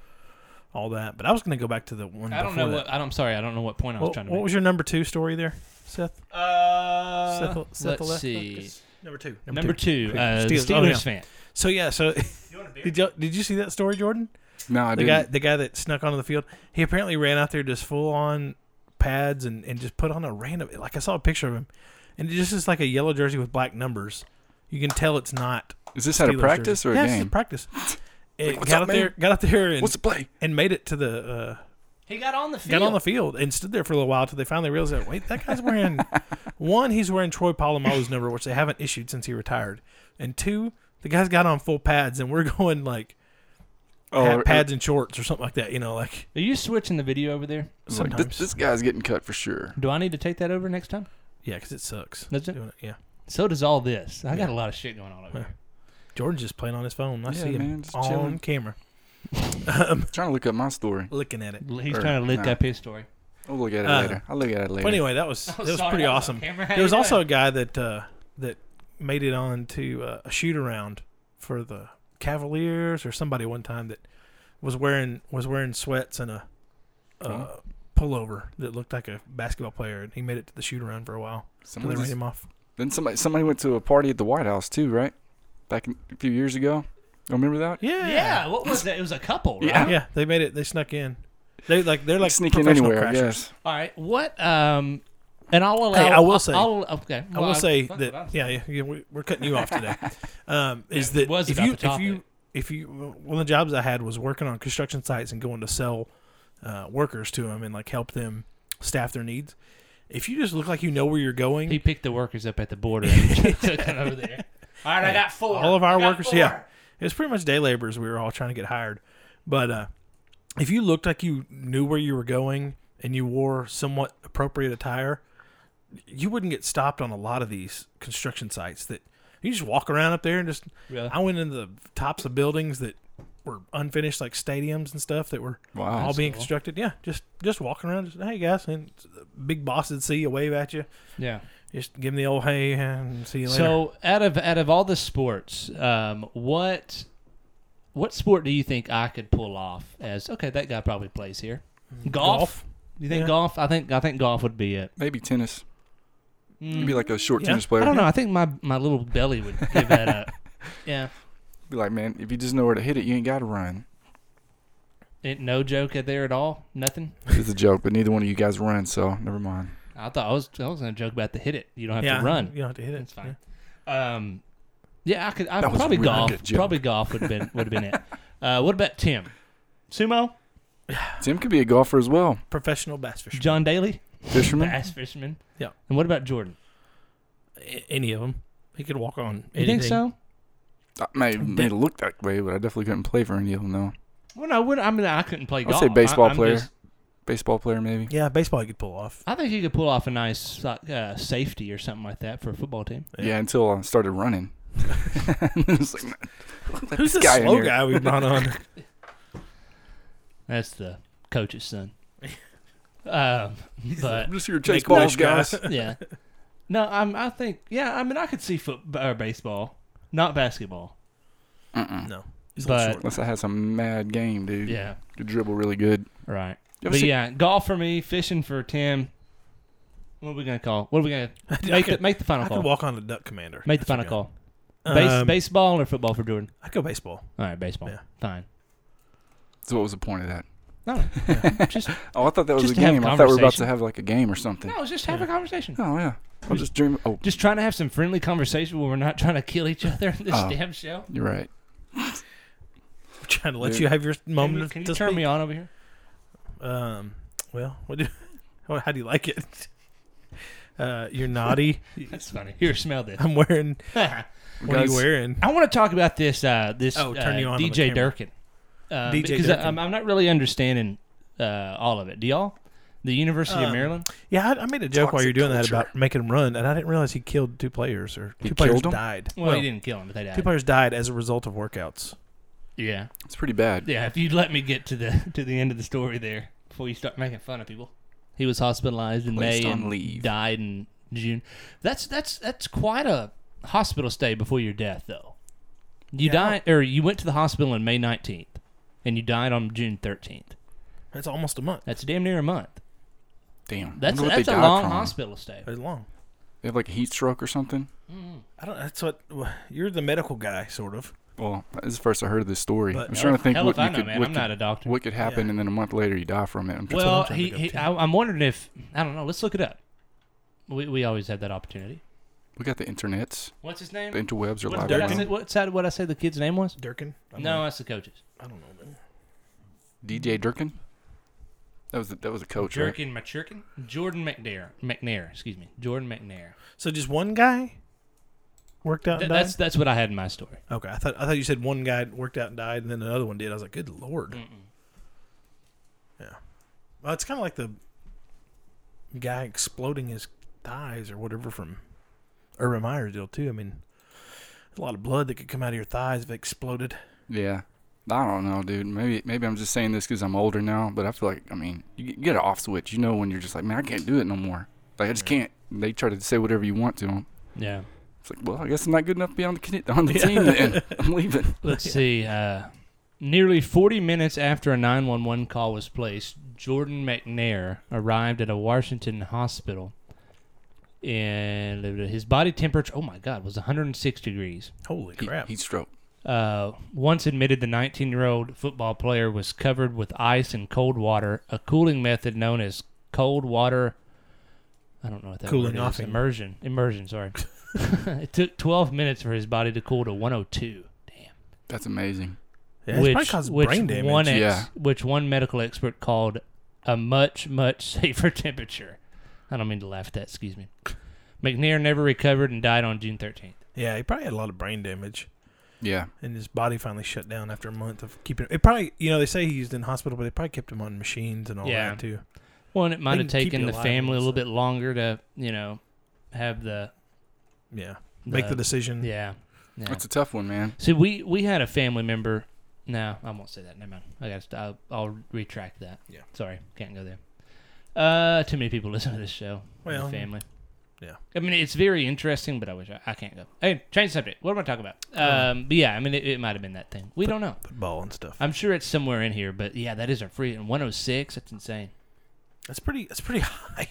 [SPEAKER 7] all that. But I was going to go back to the one.
[SPEAKER 5] I don't
[SPEAKER 7] before
[SPEAKER 5] know
[SPEAKER 7] that.
[SPEAKER 5] what. I don't, I'm sorry, I don't know what point I was
[SPEAKER 7] What,
[SPEAKER 5] trying to
[SPEAKER 7] what
[SPEAKER 5] make.
[SPEAKER 7] was your number two story there, Seth?
[SPEAKER 5] Uh,
[SPEAKER 7] Seth, Seth
[SPEAKER 5] let's
[SPEAKER 7] Alethakis?
[SPEAKER 5] see.
[SPEAKER 7] Number two.
[SPEAKER 5] Number two, uh,
[SPEAKER 7] Steelers.
[SPEAKER 5] Steelers,
[SPEAKER 7] Oh, yeah.
[SPEAKER 5] fan.
[SPEAKER 7] So yeah. So did you did you see that story, Jordan?
[SPEAKER 6] No, I
[SPEAKER 7] the guy
[SPEAKER 6] didn't.
[SPEAKER 7] the guy that snuck onto the field he apparently ran out there just full on pads and, and just put on a random like i saw a picture of him and it just is like a yellow jersey with black numbers you can tell it's not
[SPEAKER 6] Is this at a
[SPEAKER 7] Steelers
[SPEAKER 6] practice
[SPEAKER 7] jersey.
[SPEAKER 6] or a
[SPEAKER 7] yeah, it's
[SPEAKER 6] game?
[SPEAKER 7] practice it
[SPEAKER 6] what's
[SPEAKER 7] got
[SPEAKER 6] up,
[SPEAKER 7] out
[SPEAKER 6] man?
[SPEAKER 7] there got out there and,
[SPEAKER 6] What's the play?
[SPEAKER 7] and made it to the uh,
[SPEAKER 5] He got on the field.
[SPEAKER 7] got on the field and stood there for a little while until they finally realized that wait that guy's wearing one he's wearing troy palomalu's number which they haven't issued since he retired and two the guy's got on full pads and we're going like
[SPEAKER 6] Oh,
[SPEAKER 7] pads and shorts or something like that you know like
[SPEAKER 5] Are you switching the video over there?
[SPEAKER 6] it's like,
[SPEAKER 7] sometimes
[SPEAKER 6] this, this guy's getting cut for sure.
[SPEAKER 5] Do I need to take that over next time?
[SPEAKER 7] Yeah, because it sucks.
[SPEAKER 5] Does it?
[SPEAKER 7] Doing it, yeah.
[SPEAKER 5] So does all this. I got a lot of shit going on over
[SPEAKER 7] Yeah.
[SPEAKER 5] here.
[SPEAKER 7] Jordan's just playing on his phone. I
[SPEAKER 6] Yeah,
[SPEAKER 7] see him
[SPEAKER 6] man, just
[SPEAKER 7] on
[SPEAKER 6] chilling.
[SPEAKER 7] camera,
[SPEAKER 6] trying to look up my story.
[SPEAKER 7] looking at it.
[SPEAKER 5] He's
[SPEAKER 6] Or-
[SPEAKER 5] trying to lick
[SPEAKER 6] no.
[SPEAKER 5] up his story.
[SPEAKER 6] I'll look at it
[SPEAKER 7] Uh,
[SPEAKER 6] later. I'll look at it later.
[SPEAKER 7] But anyway, that was that was
[SPEAKER 5] Oh, sorry,
[SPEAKER 7] pretty
[SPEAKER 5] I was on
[SPEAKER 7] awesome.
[SPEAKER 5] camera. How
[SPEAKER 7] There was
[SPEAKER 5] you
[SPEAKER 7] also a guy that uh, that made it on to uh, a shoot around for the Cavaliers or somebody one time that was wearing was wearing sweats and a uh, pullover that looked like a basketball player, and he made it to the shoot around for a while. So they
[SPEAKER 6] Someone
[SPEAKER 7] ran
[SPEAKER 6] just-
[SPEAKER 7] him off.
[SPEAKER 6] Then somebody somebody went to a party at the White House too, right? Back in, a few years ago. Remember that?
[SPEAKER 7] Yeah,
[SPEAKER 5] Yeah, what was that? It was a couple, right?
[SPEAKER 6] Yeah.
[SPEAKER 7] yeah. They made it. They snuck in. They like they're like
[SPEAKER 6] Sneak in
[SPEAKER 7] professional
[SPEAKER 6] anywhere, I
[SPEAKER 7] crashers.
[SPEAKER 6] guess.
[SPEAKER 5] All right. What? Um, and I'll allow.
[SPEAKER 7] Hey, I will say-
[SPEAKER 5] I'll, okay.
[SPEAKER 7] I
[SPEAKER 5] well,
[SPEAKER 7] will say
[SPEAKER 5] fuck what I
[SPEAKER 7] that
[SPEAKER 5] was-
[SPEAKER 7] yeah, yeah, yeah, we- we're cutting you off today. Um, is
[SPEAKER 5] it
[SPEAKER 7] that
[SPEAKER 5] was
[SPEAKER 7] if
[SPEAKER 5] about
[SPEAKER 7] you
[SPEAKER 5] the
[SPEAKER 7] if you
[SPEAKER 5] topic.
[SPEAKER 7] if you one of the jobs I had was working on construction sites and going to sell uh, workers to them and like help them staff their needs. If you just look like you know where you're going,
[SPEAKER 5] He picked the workers up at the border and took them over there. All right, I got four.
[SPEAKER 7] all of our
[SPEAKER 5] I got
[SPEAKER 7] workers,
[SPEAKER 5] four.
[SPEAKER 7] yeah, it was pretty much day laborers. We were all trying to get hired, but uh, if you looked like you knew where you were going and you wore somewhat appropriate attire, you wouldn't get stopped on a lot of these construction sites that you just walk around up there and just
[SPEAKER 5] Really?
[SPEAKER 7] I went into the tops of buildings that were unfinished like stadiums and stuff that were
[SPEAKER 6] Wow.
[SPEAKER 7] all
[SPEAKER 6] That's
[SPEAKER 7] being constructed. Yeah, just just walking around just hey guys and the big boss would see you wave at you.
[SPEAKER 5] Yeah.
[SPEAKER 7] Just give them the old hey and see you later.
[SPEAKER 5] So out of out of all the sports, um, what what sport do you think I could pull off as okay, that guy probably plays here. Golf?
[SPEAKER 7] Mm-hmm. Golf.
[SPEAKER 5] You think
[SPEAKER 7] Yeah.
[SPEAKER 5] golf? I think I think golf would be it.
[SPEAKER 6] Maybe tennis. You'd be like a short
[SPEAKER 7] Yeah.
[SPEAKER 6] tennis
[SPEAKER 5] I
[SPEAKER 6] player.
[SPEAKER 5] don't know. I think my, my little belly would give that up. Yeah.
[SPEAKER 6] Be like, man, if you just know where to hit it, you ain't got to run.
[SPEAKER 5] Ain't no joke at there at all. Nothing.
[SPEAKER 6] It's a joke, but neither one of you guys run, so never mind.
[SPEAKER 5] I thought I was I was gonna joke about the hit it. You don't have
[SPEAKER 7] yeah,
[SPEAKER 5] to run.
[SPEAKER 7] You don't have to hit it.
[SPEAKER 5] That's fine. Um, yeah, I could. I
[SPEAKER 6] That was
[SPEAKER 5] probably
[SPEAKER 6] a really
[SPEAKER 5] golf.
[SPEAKER 6] good joke.
[SPEAKER 5] Probably golf would have been would have been it. Uh, what about Tim? Sumo,
[SPEAKER 6] Tim could be a golfer as well.
[SPEAKER 7] Yeah. Professional bass fisherman.
[SPEAKER 5] John Daly,
[SPEAKER 6] Fisherman.
[SPEAKER 5] bass fisherman.
[SPEAKER 7] Yeah.
[SPEAKER 5] And what about Jordan?
[SPEAKER 7] A- Any of them. He could walk on.
[SPEAKER 5] You think
[SPEAKER 7] anything.
[SPEAKER 5] so?
[SPEAKER 6] I may, may look that way, but I definitely couldn't play for any of them, though.
[SPEAKER 5] Well, no. we're- I mean, I couldn't play
[SPEAKER 6] I'd
[SPEAKER 5] golf.
[SPEAKER 6] say baseball
[SPEAKER 5] I, I'm
[SPEAKER 6] player.
[SPEAKER 5] just-
[SPEAKER 6] Baseball player, maybe.
[SPEAKER 7] Yeah, baseball he could pull off.
[SPEAKER 5] I think you could pull off a nice uh, safety or something like that for a football team.
[SPEAKER 6] Yeah, until I started running. It's like, man, let
[SPEAKER 7] Who's
[SPEAKER 6] this
[SPEAKER 7] this
[SPEAKER 6] guy in
[SPEAKER 7] slow
[SPEAKER 6] here.
[SPEAKER 7] guy we brought on?
[SPEAKER 5] That's the coach's son. um, but
[SPEAKER 6] I'm just here to
[SPEAKER 7] Make
[SPEAKER 6] chase balls,
[SPEAKER 7] plays, guys.
[SPEAKER 6] guys.
[SPEAKER 5] yeah. No, I'm. I think. Yeah, I mean, I could see football or baseball, not basketball.
[SPEAKER 7] No.
[SPEAKER 5] But
[SPEAKER 6] Unless I had some mad game, dude.
[SPEAKER 5] yeah,
[SPEAKER 6] Could dribble really good.
[SPEAKER 5] right.
[SPEAKER 6] Mm-hmm. You ever
[SPEAKER 5] But
[SPEAKER 6] see-
[SPEAKER 5] yeah, golf for me, fishing for Tim. What are we gonna call? What are we gonna make?
[SPEAKER 7] could-
[SPEAKER 5] the, make the
[SPEAKER 7] I
[SPEAKER 5] final
[SPEAKER 7] could
[SPEAKER 5] call.
[SPEAKER 7] walk on a duck commander.
[SPEAKER 5] Make the
[SPEAKER 7] That's
[SPEAKER 5] final
[SPEAKER 7] okay.
[SPEAKER 5] call. Base,
[SPEAKER 7] Um,
[SPEAKER 5] baseball or football for Jordan?
[SPEAKER 7] I go baseball.
[SPEAKER 5] All right, baseball.
[SPEAKER 7] Yeah.
[SPEAKER 5] Fine.
[SPEAKER 6] So what was the point of that?
[SPEAKER 5] No, just
[SPEAKER 6] Oh, I thought that was
[SPEAKER 5] Just
[SPEAKER 6] a
[SPEAKER 5] to have
[SPEAKER 6] game. I thought we were about
[SPEAKER 5] conversation.
[SPEAKER 6] to have like a game or something.
[SPEAKER 5] no, just have a conversation.
[SPEAKER 6] Oh yeah. I'll just dream. Oh,
[SPEAKER 5] Just trying to have some friendly conversation where we're not trying to kill each other in this
[SPEAKER 6] Oh.
[SPEAKER 5] damn show.
[SPEAKER 6] you're right.
[SPEAKER 7] I'm trying to let
[SPEAKER 6] Dude.
[SPEAKER 7] you have your
[SPEAKER 5] Can
[SPEAKER 7] moment
[SPEAKER 5] you,
[SPEAKER 7] of
[SPEAKER 5] can you
[SPEAKER 7] to
[SPEAKER 5] turn
[SPEAKER 7] speak.
[SPEAKER 5] me on over here?
[SPEAKER 7] Um, well, what do, how, how do you like it? Uh, you're naughty.
[SPEAKER 5] That's funny. Here, smell this.
[SPEAKER 7] I'm wearing.
[SPEAKER 5] I
[SPEAKER 7] What are
[SPEAKER 6] Guys.
[SPEAKER 7] you wearing?
[SPEAKER 5] want to talk about this. Uh, this
[SPEAKER 7] Oh, turn
[SPEAKER 5] uh,
[SPEAKER 7] you on on the
[SPEAKER 5] DJ
[SPEAKER 7] camera.
[SPEAKER 5] Durkin. Uh,
[SPEAKER 7] DJ
[SPEAKER 5] because
[SPEAKER 7] Durkin.
[SPEAKER 5] I'm, I'm not really understanding uh, all of it. Do y'all? The University of
[SPEAKER 7] Um,
[SPEAKER 5] Maryland.
[SPEAKER 7] Yeah, I, I made a joke while
[SPEAKER 6] Toxic
[SPEAKER 7] you're doing
[SPEAKER 6] culture.
[SPEAKER 7] that about making him run, and I didn't realize he killed two players or
[SPEAKER 6] He
[SPEAKER 7] two players
[SPEAKER 6] killed 'em?
[SPEAKER 7] died.
[SPEAKER 5] Well,
[SPEAKER 7] No,
[SPEAKER 5] he didn't kill him, but they died.
[SPEAKER 7] Two players died as a result of workouts.
[SPEAKER 5] yeah,
[SPEAKER 6] It's pretty bad.
[SPEAKER 5] yeah. If you'd let me get to the to the end of the story there before you start making fun of people, he was hospitalized in
[SPEAKER 6] Placed
[SPEAKER 5] May
[SPEAKER 6] on
[SPEAKER 5] and
[SPEAKER 6] leave.
[SPEAKER 5] died in June. That's that's that's quite a hospital stay before your death, though. You died, or you went to the hospital on May 19th, and you died on June 13th.
[SPEAKER 7] That's almost a month.
[SPEAKER 5] That's damn near a month.
[SPEAKER 6] Damn.
[SPEAKER 5] That's
[SPEAKER 6] Wonder what they
[SPEAKER 5] that's a
[SPEAKER 6] died
[SPEAKER 5] long
[SPEAKER 6] from.
[SPEAKER 5] hospital stay.
[SPEAKER 7] That's long.
[SPEAKER 6] They have like a heat stroke or something.
[SPEAKER 7] I don't. That's what you're the medical guy, sort of.
[SPEAKER 6] Well, this is the first I heard of this story.
[SPEAKER 7] But-
[SPEAKER 6] I'm trying to think
[SPEAKER 5] Hell
[SPEAKER 6] what
[SPEAKER 5] if I
[SPEAKER 6] you
[SPEAKER 5] know,
[SPEAKER 6] could,
[SPEAKER 5] man.
[SPEAKER 6] what
[SPEAKER 5] I'm
[SPEAKER 6] could-
[SPEAKER 5] not a doctor.
[SPEAKER 6] what could happen,
[SPEAKER 7] Yeah.
[SPEAKER 6] and then a month later you die from it. I'm
[SPEAKER 5] well,
[SPEAKER 7] trying to
[SPEAKER 5] he,
[SPEAKER 7] go
[SPEAKER 5] he
[SPEAKER 7] to.
[SPEAKER 5] I, I'm wondering if I don't know. Let's look it up. We, we always have that opportunity.
[SPEAKER 6] we got the internets,
[SPEAKER 5] What's his name?
[SPEAKER 6] the interwebs are
[SPEAKER 5] What's
[SPEAKER 6] live
[SPEAKER 5] what
[SPEAKER 6] right
[SPEAKER 5] I
[SPEAKER 6] now.
[SPEAKER 5] said, what's that? What I say the kid's name was?
[SPEAKER 7] Durkin. I don't
[SPEAKER 5] No,
[SPEAKER 7] know.
[SPEAKER 5] that's the coaches.
[SPEAKER 7] I don't know. Man.
[SPEAKER 6] DJ Durkin. That was the, that was a coach, right?
[SPEAKER 5] Jerkin Machurkin? Jordan McNair. McNair, excuse me. Jordan McNair.
[SPEAKER 7] So just one guy worked out.
[SPEAKER 5] Th-
[SPEAKER 7] and died?
[SPEAKER 5] that's that's what I had in my story.
[SPEAKER 7] Okay, I thought I thought you said one guy worked out and died, and then another one did. I was like, good lord. Yeah, well, it's kind of like the guy exploding his thighs or whatever from Urban Meyer's deal too. I mean, a lot of blood that could come out of your thighs if it exploded.
[SPEAKER 6] Yeah. I don't know, dude. Maybe maybe I'm just saying this because I'm older now, but I feel like I mean, you, get- you get an off switch. You know when you're just like, man, I can't do it no more. Like I just can't. They try to say whatever you want to them.
[SPEAKER 5] Yeah.
[SPEAKER 6] It's like, well, I guess I'm not good enough to be on the kid- on the team. Then I'm leaving.
[SPEAKER 5] Let's see. Uh, nearly 40 minutes after a 911 call was placed, Jordan McNair arrived at a Washington hospital. And his body temperature, oh my God, was 106 degrees.
[SPEAKER 7] Holy
[SPEAKER 6] He,
[SPEAKER 7] crap!
[SPEAKER 6] heat stroke.
[SPEAKER 5] Uh, once admitted, the 19 year old football player was covered with ice and cold water, a cooling method known as cold water. I don't know what that word
[SPEAKER 7] Cooling
[SPEAKER 5] is.
[SPEAKER 7] offing.
[SPEAKER 5] Immersion. Immersion, sorry. it took 12 minutes for his body to cool to 102. Damn.
[SPEAKER 6] That's amazing.
[SPEAKER 7] yeah, it's probably caused brain damage.
[SPEAKER 5] One ex,
[SPEAKER 6] Yeah.
[SPEAKER 5] Which one medical expert called a much, much safer temperature. I don't mean to laugh at that, excuse me. McNair never recovered and died on June 13th.
[SPEAKER 7] yeah, he probably had a lot of brain damage,
[SPEAKER 6] Yeah.
[SPEAKER 7] and his body finally shut down after a month of keeping. It probably, you know, they say he used in hospital, but they probably kept him on machines and all
[SPEAKER 5] Yeah.
[SPEAKER 7] that too.
[SPEAKER 5] Well, and it might
[SPEAKER 7] They
[SPEAKER 5] have
[SPEAKER 7] can keep
[SPEAKER 5] taken
[SPEAKER 7] you
[SPEAKER 5] the
[SPEAKER 7] alive
[SPEAKER 5] family a little
[SPEAKER 7] also.
[SPEAKER 5] bit longer to, you know, have the
[SPEAKER 7] Yeah, make the
[SPEAKER 5] The-
[SPEAKER 7] decision.
[SPEAKER 5] yeah. yeah.
[SPEAKER 6] That's a tough one, man.
[SPEAKER 5] See, we we had a family member. No, I won't say that. Never mind. I got. I'll, I'll retract that.
[SPEAKER 7] Yeah.
[SPEAKER 5] Sorry, can't go there. Uh, too many people listen to this show. in the
[SPEAKER 7] Well,
[SPEAKER 5] family.
[SPEAKER 7] yeah.
[SPEAKER 5] I mean, it's very interesting, but I wish I, I can't go. Hey, change the subject. What am I talking about? Um, but yeah, I mean, it, it might have been that thing. We don't know.
[SPEAKER 7] football and stuff.
[SPEAKER 5] I'm sure it's somewhere in here, but yeah, that is a free and 106. That's insane.
[SPEAKER 7] That's pretty. That's pretty high.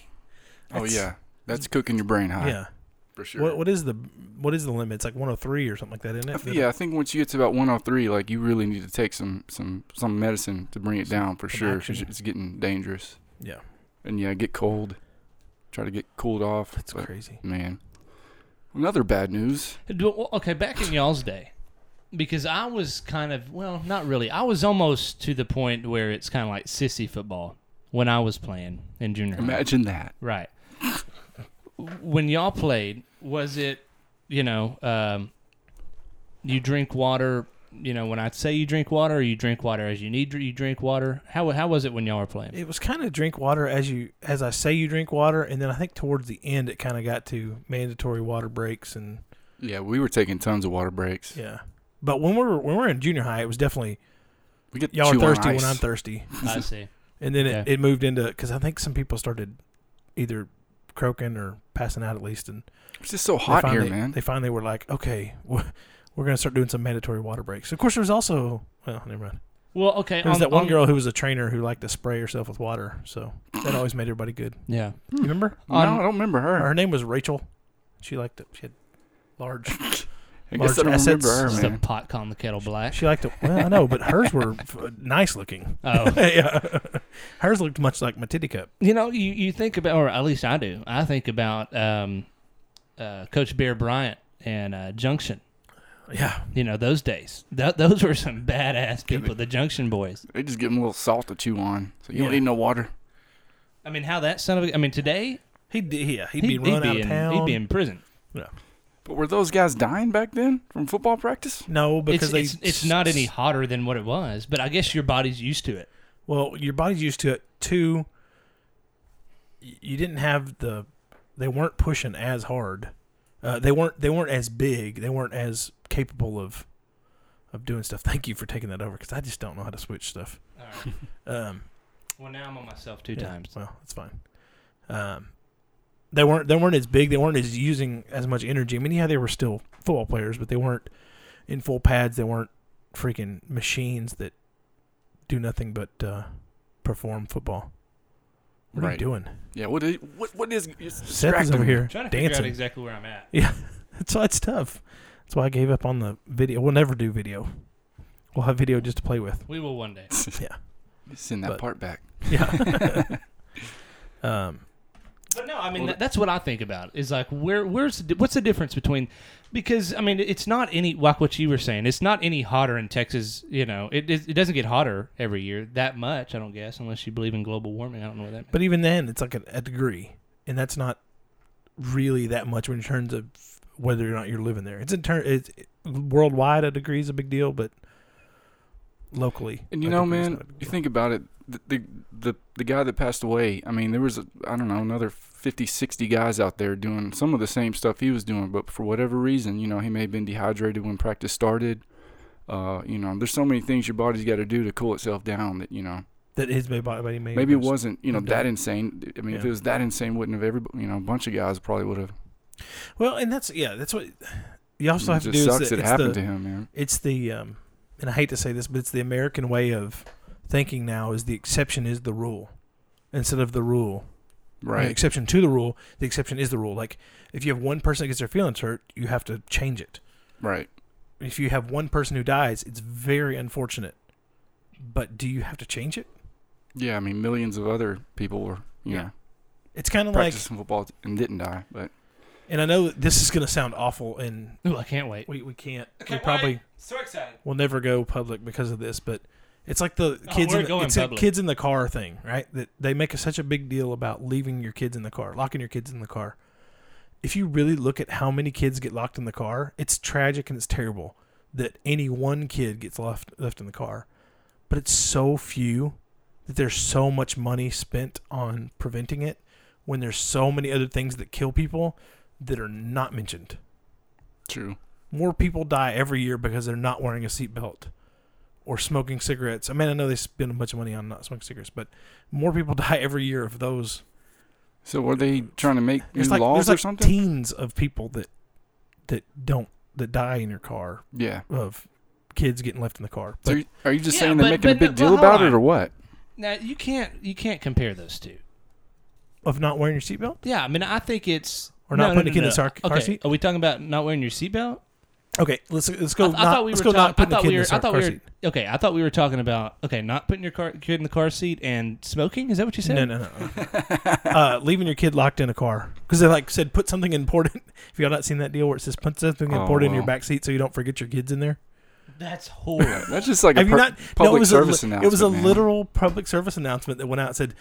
[SPEAKER 6] oh
[SPEAKER 7] That's-
[SPEAKER 6] yeah. That's cooking your brain high.
[SPEAKER 7] Yeah.
[SPEAKER 6] For sure.
[SPEAKER 7] What what is the what is the limit? It's like 103 or something like that, isn't
[SPEAKER 6] I
[SPEAKER 7] it?
[SPEAKER 6] thi- yeah, I think once you get to about 103, like you really need to take some some some medicine to bring it down for
[SPEAKER 7] Some
[SPEAKER 6] sure. 'cause
[SPEAKER 7] action.
[SPEAKER 6] it's getting dangerous.
[SPEAKER 7] Yeah.
[SPEAKER 6] And yeah, get cold. Try to get cooled off.
[SPEAKER 7] That's
[SPEAKER 6] but,
[SPEAKER 7] crazy.
[SPEAKER 6] Man, another bad news.
[SPEAKER 5] Do- well, Okay, back in y'all's day, because I was kind of well, not really. I was almost to the point where it's kind of like sissy football when I was playing in junior high.
[SPEAKER 6] Imagine that.
[SPEAKER 5] Right. when y'all played, was it, you know, um, you drink water? You know, when I say you drink water, you drink water as you need. You drink water. How how was it when y'all were playing?
[SPEAKER 7] It was kind of drink water as you as I say you drink water, and then I think towards the end it kind of got to mandatory water breaks and
[SPEAKER 6] Yeah, we were taking tons of water breaks.
[SPEAKER 7] yeah. But when we were when we were in junior high, it was definitely
[SPEAKER 6] We get
[SPEAKER 7] y'all
[SPEAKER 6] chew
[SPEAKER 7] are
[SPEAKER 6] on
[SPEAKER 7] thirsty
[SPEAKER 6] ice.
[SPEAKER 7] when I'm thirsty,
[SPEAKER 5] I see.
[SPEAKER 7] and then it,
[SPEAKER 5] Okay.
[SPEAKER 7] it moved into because I think some people started either croaking or passing out at least. And
[SPEAKER 6] It's just so
[SPEAKER 7] they
[SPEAKER 6] hot here,
[SPEAKER 7] finally-
[SPEAKER 6] man.
[SPEAKER 7] They finally were like, okay, we're, we're going to start doing some mandatory water breaks. Of course, there was also well, never mind.
[SPEAKER 5] Well, okay.
[SPEAKER 7] There was
[SPEAKER 5] on-
[SPEAKER 7] that one
[SPEAKER 5] on-
[SPEAKER 7] girl who was a trainer who liked to spray herself with water, so that always made everybody good.
[SPEAKER 5] Yeah.
[SPEAKER 7] You remember?
[SPEAKER 6] no,
[SPEAKER 5] on-
[SPEAKER 6] I don't Hmm. remember her.
[SPEAKER 7] Her name was Rachel. She liked to. She had large.
[SPEAKER 6] I guess
[SPEAKER 7] large
[SPEAKER 6] I don't
[SPEAKER 7] assets.
[SPEAKER 6] remember her,
[SPEAKER 5] Just
[SPEAKER 6] man.
[SPEAKER 5] a pot calling the kettle black.
[SPEAKER 7] She liked to. Well, I know, but hers were f- uh, nice looking.
[SPEAKER 5] Oh,
[SPEAKER 7] yeah. Hers looked much like my titty cup.
[SPEAKER 5] you know, you, you think about, or at least I do. I think about um, uh, Coach Bear Bryant and uh, Junction.
[SPEAKER 7] Yeah.
[SPEAKER 5] You know, those days. Th- those were some badass people, the Junction boys.
[SPEAKER 6] They just give them a little salt to chew on, so you don't
[SPEAKER 7] Yeah.
[SPEAKER 6] need no water.
[SPEAKER 5] I mean, how that son of a. I mean, today,
[SPEAKER 7] He'd, yeah, he'd,
[SPEAKER 5] he'd,
[SPEAKER 7] be run out
[SPEAKER 5] in,
[SPEAKER 7] of town.
[SPEAKER 5] he'd be in prison.
[SPEAKER 6] But were those guys dying back then from football practice?
[SPEAKER 7] no, because
[SPEAKER 5] it's,
[SPEAKER 7] they,
[SPEAKER 5] it's, it's not any hotter than what it was, but I guess your body's used to it.
[SPEAKER 7] Well, your body's used to it. Two, y- you didn't have the. They weren't pushing as hard. Uh, they weren't. They weren't as big. They weren't as capable of, of doing stuff. Thank you for taking that over because I just don't know how to switch stuff.
[SPEAKER 5] All right.
[SPEAKER 7] Um,
[SPEAKER 5] well, now I'm on myself two
[SPEAKER 7] Yeah,
[SPEAKER 5] times.
[SPEAKER 7] Well, that's fine. Um, they weren't they weren't as big. They weren't as using as much energy. I mean, yeah, they were still football players, but they weren't in full pads. They weren't freaking machines that do nothing but uh, perform football. What are you
[SPEAKER 6] Right.
[SPEAKER 7] doing?
[SPEAKER 6] Yeah. What is what what is it's
[SPEAKER 7] Seth is
[SPEAKER 6] distracting
[SPEAKER 7] over here
[SPEAKER 5] trying to figure out
[SPEAKER 7] dancing.
[SPEAKER 5] exactly where I'm at.
[SPEAKER 7] That's why it's tough. That's why I gave up on the video. We'll never do video. We'll have video just to play with.
[SPEAKER 5] We will one day.
[SPEAKER 6] Send that
[SPEAKER 7] But-
[SPEAKER 6] part back.
[SPEAKER 7] Yeah. um,
[SPEAKER 5] But no, I mean
[SPEAKER 6] Well,
[SPEAKER 5] that, that's what I think about is like where where's the, di- what's the difference between because I mean it's not any like what you were saying it's not any hotter in Texas you know it it, it doesn't get hotter every year that much I don't guess unless you believe in global warming I don't know what that means.
[SPEAKER 7] But even then, it's like a, a degree, and that's not really that much when in terms of whether or not you're living there. It's in turn, it's worldwide a degree is a big deal, but locally,
[SPEAKER 6] And you
[SPEAKER 7] a
[SPEAKER 6] know,
[SPEAKER 7] degree is
[SPEAKER 6] man,
[SPEAKER 7] not a big
[SPEAKER 6] you
[SPEAKER 7] deal.
[SPEAKER 6] think about it, the, the the the guy that passed away. I mean, there was a, I don't know another 50, 60 guys out there doing some of the same stuff he was doing, but for whatever reason, you know, he may have been dehydrated when practice started. Uh, you know, there's so many things your body's got to do to cool itself down that you know
[SPEAKER 7] that his body body may
[SPEAKER 6] maybe it
[SPEAKER 7] was-
[SPEAKER 6] wasn't you know
[SPEAKER 7] been
[SPEAKER 6] that
[SPEAKER 7] done.
[SPEAKER 6] insane. I mean, if
[SPEAKER 7] Yeah.
[SPEAKER 6] it was that insane, wouldn't have every you know a bunch of guys probably would have.
[SPEAKER 7] well, and that's yeah, that's what you
[SPEAKER 6] It
[SPEAKER 7] also have
[SPEAKER 6] just
[SPEAKER 7] to do.
[SPEAKER 6] sucks
[SPEAKER 7] is the,
[SPEAKER 6] it
[SPEAKER 7] it's
[SPEAKER 6] happened to
[SPEAKER 7] the,
[SPEAKER 6] him, man.
[SPEAKER 7] It's the um, and I hate to say this, but it's the American way of thinking now is the exception is the rule instead of the rule I mean,
[SPEAKER 6] Right.
[SPEAKER 7] exception to the rule, the exception is the rule. Like if you have one person that gets their feelings hurt, you have to change it.
[SPEAKER 6] Right.
[SPEAKER 7] If you have one person who dies, it's very unfortunate. But do you have to change it?
[SPEAKER 6] Yeah. I mean, millions of other people were you
[SPEAKER 7] Yeah.
[SPEAKER 6] know
[SPEAKER 7] It's kind of like,
[SPEAKER 6] practicing football and didn't die, but
[SPEAKER 7] and I know that this is going to sound awful, and
[SPEAKER 5] Ooh, I can't wait.
[SPEAKER 7] we, we can't, we probably
[SPEAKER 5] so excited.
[SPEAKER 7] will never go public because of this. But it's like the
[SPEAKER 5] Oh,
[SPEAKER 7] kids,
[SPEAKER 5] we're
[SPEAKER 7] in the,
[SPEAKER 5] going
[SPEAKER 7] it's a
[SPEAKER 5] public.
[SPEAKER 7] kids in the car thing, right? That they make such a big deal about leaving your kids in the car, locking your kids in the car. if you really look at how many kids get locked in the car, it's tragic and it's terrible that any one kid gets left left in the car. But it's so few that there's so much money spent on preventing it when there's so many other things that kill people that are not mentioned.
[SPEAKER 6] true.
[SPEAKER 7] More people die every year because they're not wearing a seatbelt or smoking cigarettes. I mean, I know they spend a bunch of money on not smoking cigarettes, but more people die every year of those
[SPEAKER 6] So were they trying to make new
[SPEAKER 7] there's like
[SPEAKER 6] laws
[SPEAKER 7] there's like
[SPEAKER 6] or something?
[SPEAKER 7] teens of people that that don't that die in your car
[SPEAKER 6] yeah.
[SPEAKER 7] of kids getting left in the car.
[SPEAKER 6] So
[SPEAKER 7] But
[SPEAKER 6] you- are you just
[SPEAKER 5] Yeah,
[SPEAKER 6] saying they're
[SPEAKER 5] but-
[SPEAKER 6] making a
[SPEAKER 5] but-
[SPEAKER 6] big
[SPEAKER 5] but
[SPEAKER 6] deal
[SPEAKER 5] hold
[SPEAKER 6] about
[SPEAKER 5] on.
[SPEAKER 6] it or what?
[SPEAKER 5] Now you can't you can't compare those two.
[SPEAKER 7] of not wearing your seatbelt
[SPEAKER 5] Yeah, I mean I think it's
[SPEAKER 7] Or
[SPEAKER 5] no,
[SPEAKER 7] not
[SPEAKER 5] no,
[SPEAKER 7] putting
[SPEAKER 5] no,
[SPEAKER 7] a kid in
[SPEAKER 5] no.
[SPEAKER 7] the car- car
[SPEAKER 5] okay.
[SPEAKER 7] seat?
[SPEAKER 5] Are we talking about not wearing your seatbelt?
[SPEAKER 7] Okay, let's let's go.
[SPEAKER 5] I,
[SPEAKER 7] not,
[SPEAKER 5] I thought we
[SPEAKER 7] let's
[SPEAKER 5] were
[SPEAKER 7] go
[SPEAKER 5] talking.
[SPEAKER 7] not putting
[SPEAKER 5] I
[SPEAKER 7] a
[SPEAKER 5] thought
[SPEAKER 7] kid
[SPEAKER 5] we
[SPEAKER 7] in
[SPEAKER 5] were.
[SPEAKER 7] the
[SPEAKER 5] I
[SPEAKER 7] car,
[SPEAKER 5] thought
[SPEAKER 7] car
[SPEAKER 5] we were.
[SPEAKER 7] seat.
[SPEAKER 5] Okay, I thought we were talking about. Okay, not putting your car kid in the car seat and smoking. Is that what you said?
[SPEAKER 7] No, no, no. no. uh, leaving your kid locked in a car because they like said put something important. If y'all not seen that deal where it says put something
[SPEAKER 6] Oh,
[SPEAKER 7] important in your
[SPEAKER 6] wow.
[SPEAKER 7] back seat so you don't forget your kids in there.
[SPEAKER 5] That's horrible.
[SPEAKER 6] That's just like a
[SPEAKER 7] Have you
[SPEAKER 6] per-
[SPEAKER 7] not?
[SPEAKER 6] public
[SPEAKER 7] no, it was
[SPEAKER 6] service
[SPEAKER 7] a, li-
[SPEAKER 6] announcement.
[SPEAKER 7] It was a
[SPEAKER 6] man.
[SPEAKER 7] literal public service announcement that went out and said,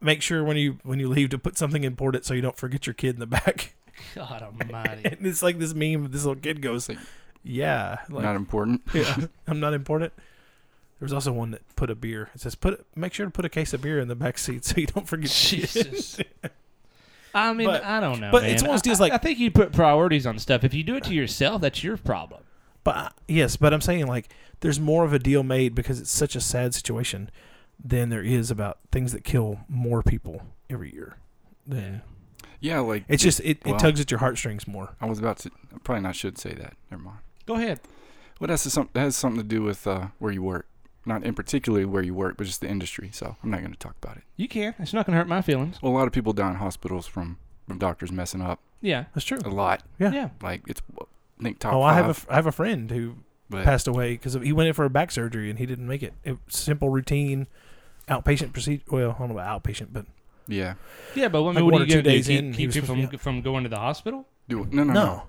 [SPEAKER 7] "Make sure when you when you leave to put something important so you don't forget your kid in the back."
[SPEAKER 5] God Almighty.
[SPEAKER 7] and it's like this meme of this little kid goes,
[SPEAKER 6] Like-
[SPEAKER 7] "Yeah,
[SPEAKER 6] not
[SPEAKER 7] like
[SPEAKER 6] important.
[SPEAKER 7] yeah, I'm not important." There was also one that put a beer. It says, "Put make sure to put a case of beer in the back seat so you don't forget."
[SPEAKER 5] Jesus. I mean,
[SPEAKER 7] But-
[SPEAKER 5] I don't know.
[SPEAKER 7] but it's
[SPEAKER 5] man.
[SPEAKER 7] almost
[SPEAKER 5] I-
[SPEAKER 7] just like-
[SPEAKER 5] I think you put priorities on stuff. If you do it to yourself, that's your problem.
[SPEAKER 7] But yes, but I'm saying like there's more of a deal made because it's such a sad situation than there is about things that kill more people every year than
[SPEAKER 6] Yeah, like
[SPEAKER 7] It's just it, it
[SPEAKER 6] Well-
[SPEAKER 7] tugs at your heartstrings more.
[SPEAKER 6] I was about to. I probably not should say that. Never mind.
[SPEAKER 5] Go ahead.
[SPEAKER 6] Well, that's something that has something to do with uh, where you work, not in particularly where you work, but just the industry. So I'm not going to talk about it.
[SPEAKER 5] You can. It's not going to hurt my feelings.
[SPEAKER 6] Well, a lot of people die in hospitals from, from doctors messing up
[SPEAKER 5] Yeah.
[SPEAKER 7] That's true.
[SPEAKER 6] a lot.
[SPEAKER 7] Yeah.
[SPEAKER 5] Yeah.
[SPEAKER 6] Like it's I think top
[SPEAKER 7] oh, I
[SPEAKER 6] five.
[SPEAKER 7] have a f- I have a friend who
[SPEAKER 6] but
[SPEAKER 7] passed away because he went in for a back surgery and he didn't make it. it simple routine outpatient procedure. Well, I don't know about outpatient, but
[SPEAKER 6] yeah.
[SPEAKER 5] Yeah, but I mean,
[SPEAKER 7] Like
[SPEAKER 5] what
[SPEAKER 7] one
[SPEAKER 5] are
[SPEAKER 7] or
[SPEAKER 5] you
[SPEAKER 7] two
[SPEAKER 5] going to do?
[SPEAKER 7] days
[SPEAKER 5] Keep,
[SPEAKER 7] in, he
[SPEAKER 5] keep
[SPEAKER 7] was
[SPEAKER 5] people from,
[SPEAKER 7] supposed
[SPEAKER 5] from going to the hospital?
[SPEAKER 6] Do it. No, no, no,
[SPEAKER 7] no.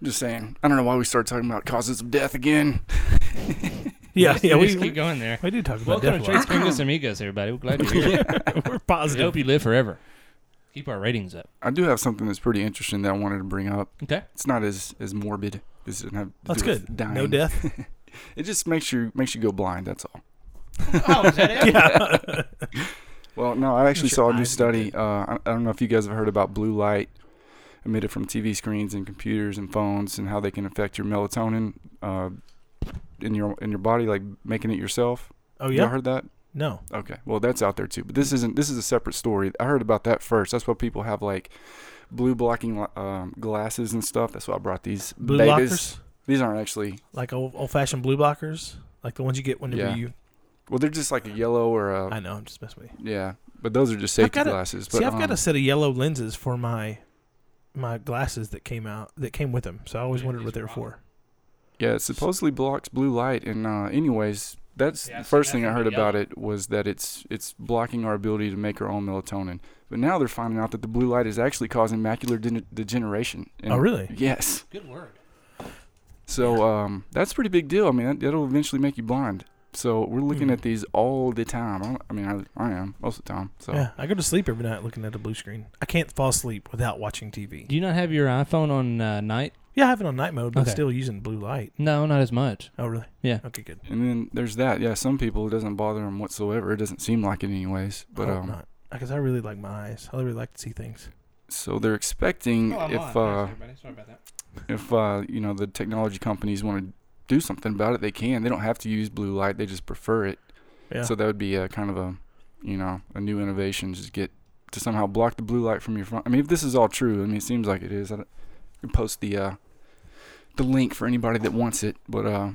[SPEAKER 6] I'm just saying. I don't know why we started talking about causes of death again.
[SPEAKER 7] Yeah, yeah,
[SPEAKER 5] we
[SPEAKER 7] we,
[SPEAKER 5] just keep
[SPEAKER 7] we,
[SPEAKER 5] going there.
[SPEAKER 7] we did talk about
[SPEAKER 5] Welcome
[SPEAKER 7] death.
[SPEAKER 5] to
[SPEAKER 7] a lot.
[SPEAKER 5] Tres Gringos Amigos, everybody. We're glad you're here.
[SPEAKER 7] We're
[SPEAKER 5] We hope
[SPEAKER 7] positive.
[SPEAKER 5] you live forever. Keep our ratings up.
[SPEAKER 6] I do have something that's pretty interesting that I wanted to bring up.
[SPEAKER 5] Okay.
[SPEAKER 6] It's not as as morbid. It doesn't have to
[SPEAKER 7] That's
[SPEAKER 6] do with
[SPEAKER 7] good.
[SPEAKER 6] Dying.
[SPEAKER 7] No death.
[SPEAKER 6] It just makes you makes you go blind. That's all.
[SPEAKER 5] Oh, is that it?
[SPEAKER 6] Well, no, I actually
[SPEAKER 7] your
[SPEAKER 6] saw a new
[SPEAKER 7] eyes get
[SPEAKER 6] study. Uh, I, I don't know if you guys have heard about blue light emitted from TV screens and computers and phones and how they can affect your melatonin uh, in your in your body, like making it yourself.
[SPEAKER 7] Oh
[SPEAKER 6] You
[SPEAKER 7] yeah.
[SPEAKER 6] heard that?
[SPEAKER 7] No.
[SPEAKER 6] Okay. Well, that's out there too. But this isn't. This is a separate story. I heard about that first. That's why people have like blue blocking um, glasses and stuff. That's why I brought these
[SPEAKER 7] Blue
[SPEAKER 6] babies.
[SPEAKER 7] blockers,
[SPEAKER 6] These aren't actually.
[SPEAKER 7] like old old fashioned blue blockers, like the ones you get whenever
[SPEAKER 6] Yeah.
[SPEAKER 7] you.
[SPEAKER 6] Well, they're just like a yellow or a
[SPEAKER 7] I know. I'm just messing with you.
[SPEAKER 6] yeah. But those are just safety
[SPEAKER 7] got a-
[SPEAKER 6] glasses.
[SPEAKER 7] See,
[SPEAKER 6] but,
[SPEAKER 7] I've got
[SPEAKER 6] um,
[SPEAKER 7] a set of yellow lenses for my my glasses that came out that came with them. So I always wondered what they were for.
[SPEAKER 6] Yeah, it supposedly blocks blue light. And uh, anyways, that's
[SPEAKER 5] Yeah, I've
[SPEAKER 6] the
[SPEAKER 5] seen
[SPEAKER 6] first
[SPEAKER 5] that
[SPEAKER 6] thing I
[SPEAKER 5] from
[SPEAKER 6] heard
[SPEAKER 5] the
[SPEAKER 6] about
[SPEAKER 5] yellow.
[SPEAKER 6] it was that it's it's blocking our ability to make our own melatonin. But now they're finding out that the blue light is actually causing macular de- degeneration. And-
[SPEAKER 7] Oh, really?
[SPEAKER 6] Yes.
[SPEAKER 5] Good word.
[SPEAKER 6] So um, that's a pretty big deal. I mean, that, that'll eventually make you blind. So we're looking
[SPEAKER 7] Hmm.
[SPEAKER 6] at these all the time. I, don't- I mean, I, I am most of the time. So
[SPEAKER 7] Yeah, I go to sleep every night looking at a blue screen. I can't fall asleep without watching TV.
[SPEAKER 5] Do you not have your iPhone on uh, night?
[SPEAKER 7] Yeah, I have it on night mode, but
[SPEAKER 5] Okay.
[SPEAKER 7] still using blue light.
[SPEAKER 5] No, not as much.
[SPEAKER 7] Oh, really?
[SPEAKER 5] Yeah.
[SPEAKER 7] Okay, good.
[SPEAKER 6] And then there's that. Yeah, some people it doesn't bother them whatsoever. It doesn't seem like it, anyways. But
[SPEAKER 7] I hope
[SPEAKER 6] um,
[SPEAKER 7] not because I really like my eyes. I really like to see things.
[SPEAKER 6] so they're expecting
[SPEAKER 5] Oh,
[SPEAKER 6] if uh,
[SPEAKER 5] Sorry about that.
[SPEAKER 6] if uh, you know the technology companies want to do something about it, they can. They don't have to use blue light; they just prefer it.
[SPEAKER 7] Yeah.
[SPEAKER 6] So that would be a kind of a, you know, a new innovation. Just get to somehow block the blue light from your phone. I mean, if this is all true, I mean, it seems like it is. I don't- I can post the uh, the link for anybody that wants it. But uh, I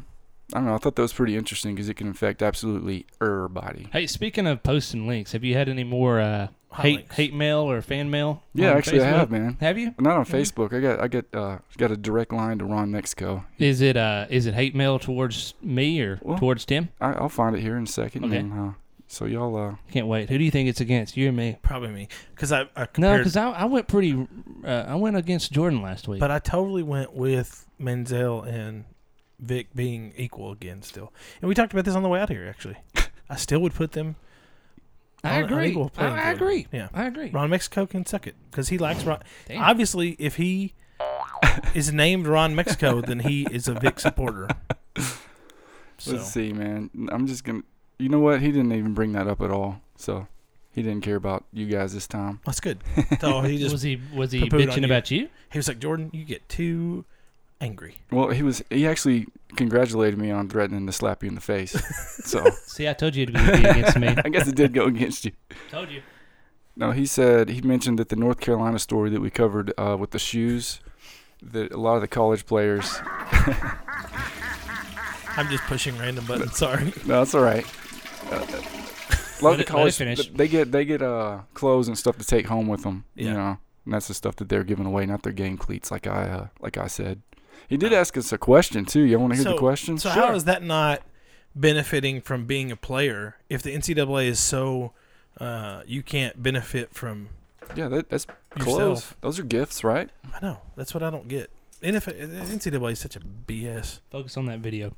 [SPEAKER 6] don't know. I thought that was pretty interesting because it can affect absolutely everybody.
[SPEAKER 5] Hey, speaking of posting links, have you had any more uh,
[SPEAKER 7] Hot
[SPEAKER 5] hate
[SPEAKER 7] links.
[SPEAKER 5] hate mail or fan mail?
[SPEAKER 6] Yeah,
[SPEAKER 5] on
[SPEAKER 6] actually, I
[SPEAKER 5] Facebook?
[SPEAKER 6] have, man.
[SPEAKER 5] Have you?
[SPEAKER 6] Not on Facebook. I got I got uh, got a direct line to Ron Mexico.
[SPEAKER 5] Is it uh is it hate mail towards me or
[SPEAKER 6] Well-
[SPEAKER 5] towards Tim?
[SPEAKER 6] I, I'll find it here in a second.
[SPEAKER 5] Okay.
[SPEAKER 6] And, uh, so y'all. Uh,
[SPEAKER 5] Can't wait. Who do you think it's against? You or me?
[SPEAKER 7] Probably me because I, I
[SPEAKER 5] No,
[SPEAKER 7] compared,
[SPEAKER 5] because I, I went pretty. Uh, I went against Jordan last week.
[SPEAKER 7] but I totally went with Menzel and Vic being equal again still. And we talked about this on the way out here actually. I still would put them.
[SPEAKER 5] I
[SPEAKER 7] on- on
[SPEAKER 5] agree.
[SPEAKER 7] equal
[SPEAKER 5] I,
[SPEAKER 7] playing
[SPEAKER 5] I
[SPEAKER 7] field.
[SPEAKER 5] agree.
[SPEAKER 7] Yeah.
[SPEAKER 5] I agree.
[SPEAKER 7] Ron Mexico can suck it because he likes Ron.
[SPEAKER 5] Damn.
[SPEAKER 7] Obviously, if he is named Ron Mexico, then he is a Vic supporter. So
[SPEAKER 6] Let's see, man. I'm just gonna. You know what? He didn't even bring that up at all. So he didn't care about you guys this time.
[SPEAKER 7] that's good. So he
[SPEAKER 5] was
[SPEAKER 7] just
[SPEAKER 5] he was he
[SPEAKER 7] poo-pooed on
[SPEAKER 5] bitching
[SPEAKER 7] you.
[SPEAKER 5] about you?
[SPEAKER 7] he was like Jordan, you get too angry.
[SPEAKER 6] Well, he was. He actually congratulated me on threatening to slap you in the face. so
[SPEAKER 5] See, I told you it'd be be against me.
[SPEAKER 6] I guess it did go against you.
[SPEAKER 5] told you.
[SPEAKER 6] No, he said he mentioned that the North Carolina story that we covered uh, with the shoes, that a lot of the college players.
[SPEAKER 7] I'm just pushing random buttons. Sorry.
[SPEAKER 6] No, that's all right. Uh, a
[SPEAKER 5] Let
[SPEAKER 6] lot of the
[SPEAKER 5] it- let it
[SPEAKER 6] college
[SPEAKER 5] finish.
[SPEAKER 6] th- they get they get uh, clothes and stuff to take home with them.
[SPEAKER 7] Yeah.
[SPEAKER 6] You know, and that's the stuff that they're giving away, not their game cleats. Like I uh, like I said, he
[SPEAKER 5] Oh.
[SPEAKER 6] did ask us a question too. You want to hear the question?
[SPEAKER 7] So how is that not benefiting from being a player if the NCAA is so uh, you can't benefit from?
[SPEAKER 6] yeah, that, that's clothes.
[SPEAKER 7] Yourself.
[SPEAKER 6] Those are gifts, right?
[SPEAKER 7] I know that's what I don't get. And if NCAA is such a BS,
[SPEAKER 5] Focus on that video.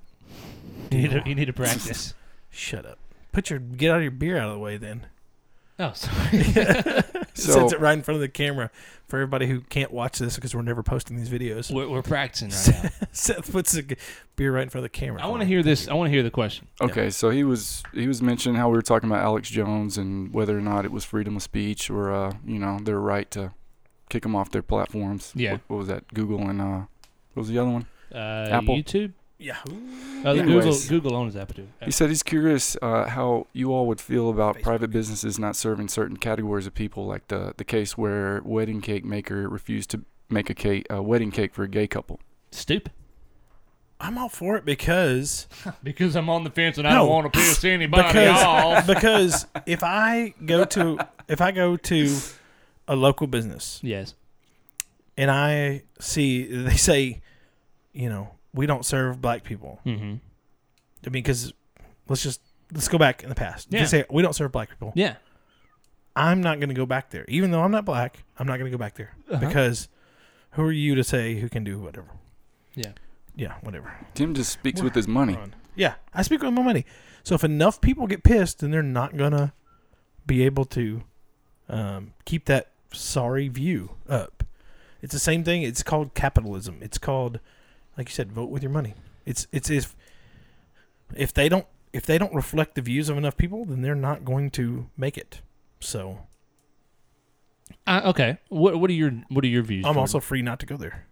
[SPEAKER 5] You need to, you need to practice.
[SPEAKER 7] shut up. Put your get out of your beer out of the way then.
[SPEAKER 5] oh, sorry.
[SPEAKER 6] So-
[SPEAKER 7] Sets it right in front of the camera for everybody who can't watch this because we're never posting these videos.
[SPEAKER 5] We're, we're practicing right now.
[SPEAKER 7] Seth puts a g- beer right in front of the camera.
[SPEAKER 5] I want to hear this. I want to hear the question.
[SPEAKER 6] Okay, so he was he was mentioning how we were talking about Alex Jones and whether or not it was freedom of speech or uh, you know their right to kick them off their platforms.
[SPEAKER 5] Yeah.
[SPEAKER 6] What, what was that? Google and uh, what was the other one?
[SPEAKER 5] Uh,
[SPEAKER 6] Apple.
[SPEAKER 5] YouTube.
[SPEAKER 7] Yeah.
[SPEAKER 5] Uh, Google,
[SPEAKER 6] Anyways.
[SPEAKER 5] Google owns Apple.
[SPEAKER 6] He said he's curious uh, how you all would feel about private businesses not serving certain categories of people, like the the case where wedding cake maker refused to make a cake, a wedding cake for a gay couple.
[SPEAKER 5] Stupid.
[SPEAKER 7] I'm all for it because
[SPEAKER 5] Because I'm on the fence and I
[SPEAKER 7] No.
[SPEAKER 5] don't want to piss anybody
[SPEAKER 7] because,
[SPEAKER 5] off.
[SPEAKER 7] because if I go to if I go to a local business
[SPEAKER 5] Yes.
[SPEAKER 7] and I see they say, you know, we don't serve black people.
[SPEAKER 5] Mm-hmm.
[SPEAKER 7] I mean, because let's just let's go back in the past.
[SPEAKER 5] Yeah.
[SPEAKER 7] They say we don't serve black people.
[SPEAKER 5] Yeah.
[SPEAKER 7] I'm not going to go back there, even though I'm not black. I'm not going to go back there because who are you to say who can do whatever?
[SPEAKER 5] Yeah.
[SPEAKER 7] Yeah, whatever.
[SPEAKER 6] Tim just speaks with his money.
[SPEAKER 7] Run. Yeah, I speak with my money. So if enough people get pissed, then they're not gonna be able to um, keep that sorry view up. It's the same thing. It's called capitalism. It's called, like you said, vote with your money. It's it's if if they don't if they don't reflect the views of enough people, then they're not going to make it. So
[SPEAKER 5] Uh, okay. What What are your What are your views?
[SPEAKER 7] I'm
[SPEAKER 5] Jordan?
[SPEAKER 7] also free not to go there.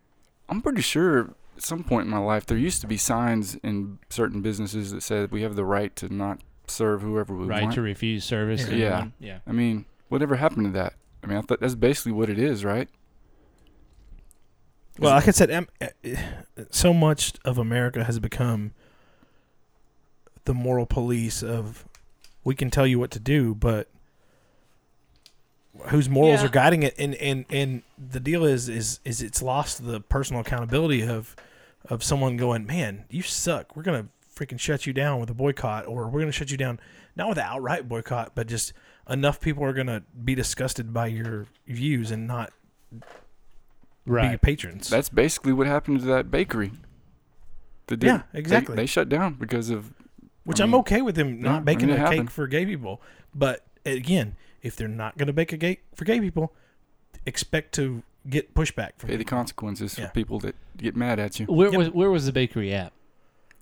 [SPEAKER 6] I'm pretty sure at some point in my life there used to be signs in certain businesses that said we have the right to not serve whoever we
[SPEAKER 5] right
[SPEAKER 6] want.
[SPEAKER 5] to refuse service.
[SPEAKER 6] Yeah. Yeah.
[SPEAKER 5] Yeah.
[SPEAKER 6] I mean, whatever happened to that? I mean, I thought that's basically what it is, right?
[SPEAKER 7] Well, like I said, em- eh, eh, so much of America has become the moral police of we can tell you what to do, but whose morals
[SPEAKER 5] Yeah.
[SPEAKER 7] are guiding it and, and and the deal is is is it's lost the personal accountability of of someone going, Man, you suck. We're gonna freaking shut you down with a boycott or we're gonna shut you down not with an outright boycott, but just enough people are gonna be disgusted by your views and not be your
[SPEAKER 5] Right.
[SPEAKER 7] patrons.
[SPEAKER 6] That's basically what happened to that bakery. They did-
[SPEAKER 7] Yeah,
[SPEAKER 6] they-
[SPEAKER 7] exactly.
[SPEAKER 6] they shut down because of
[SPEAKER 7] Which
[SPEAKER 6] I
[SPEAKER 7] I am
[SPEAKER 6] mean,
[SPEAKER 7] okay with them
[SPEAKER 6] yeah, I
[SPEAKER 7] not baking
[SPEAKER 6] mean, it
[SPEAKER 7] a
[SPEAKER 6] happened.
[SPEAKER 7] cake for gay people. But again, if they're not going to bake a cake for gay people, expect to get pushback from
[SPEAKER 6] pay the
[SPEAKER 7] people.
[SPEAKER 6] consequences
[SPEAKER 7] Yeah.
[SPEAKER 6] for people that get mad at you.
[SPEAKER 5] Where
[SPEAKER 7] Yep.
[SPEAKER 5] was Where was the bakery at?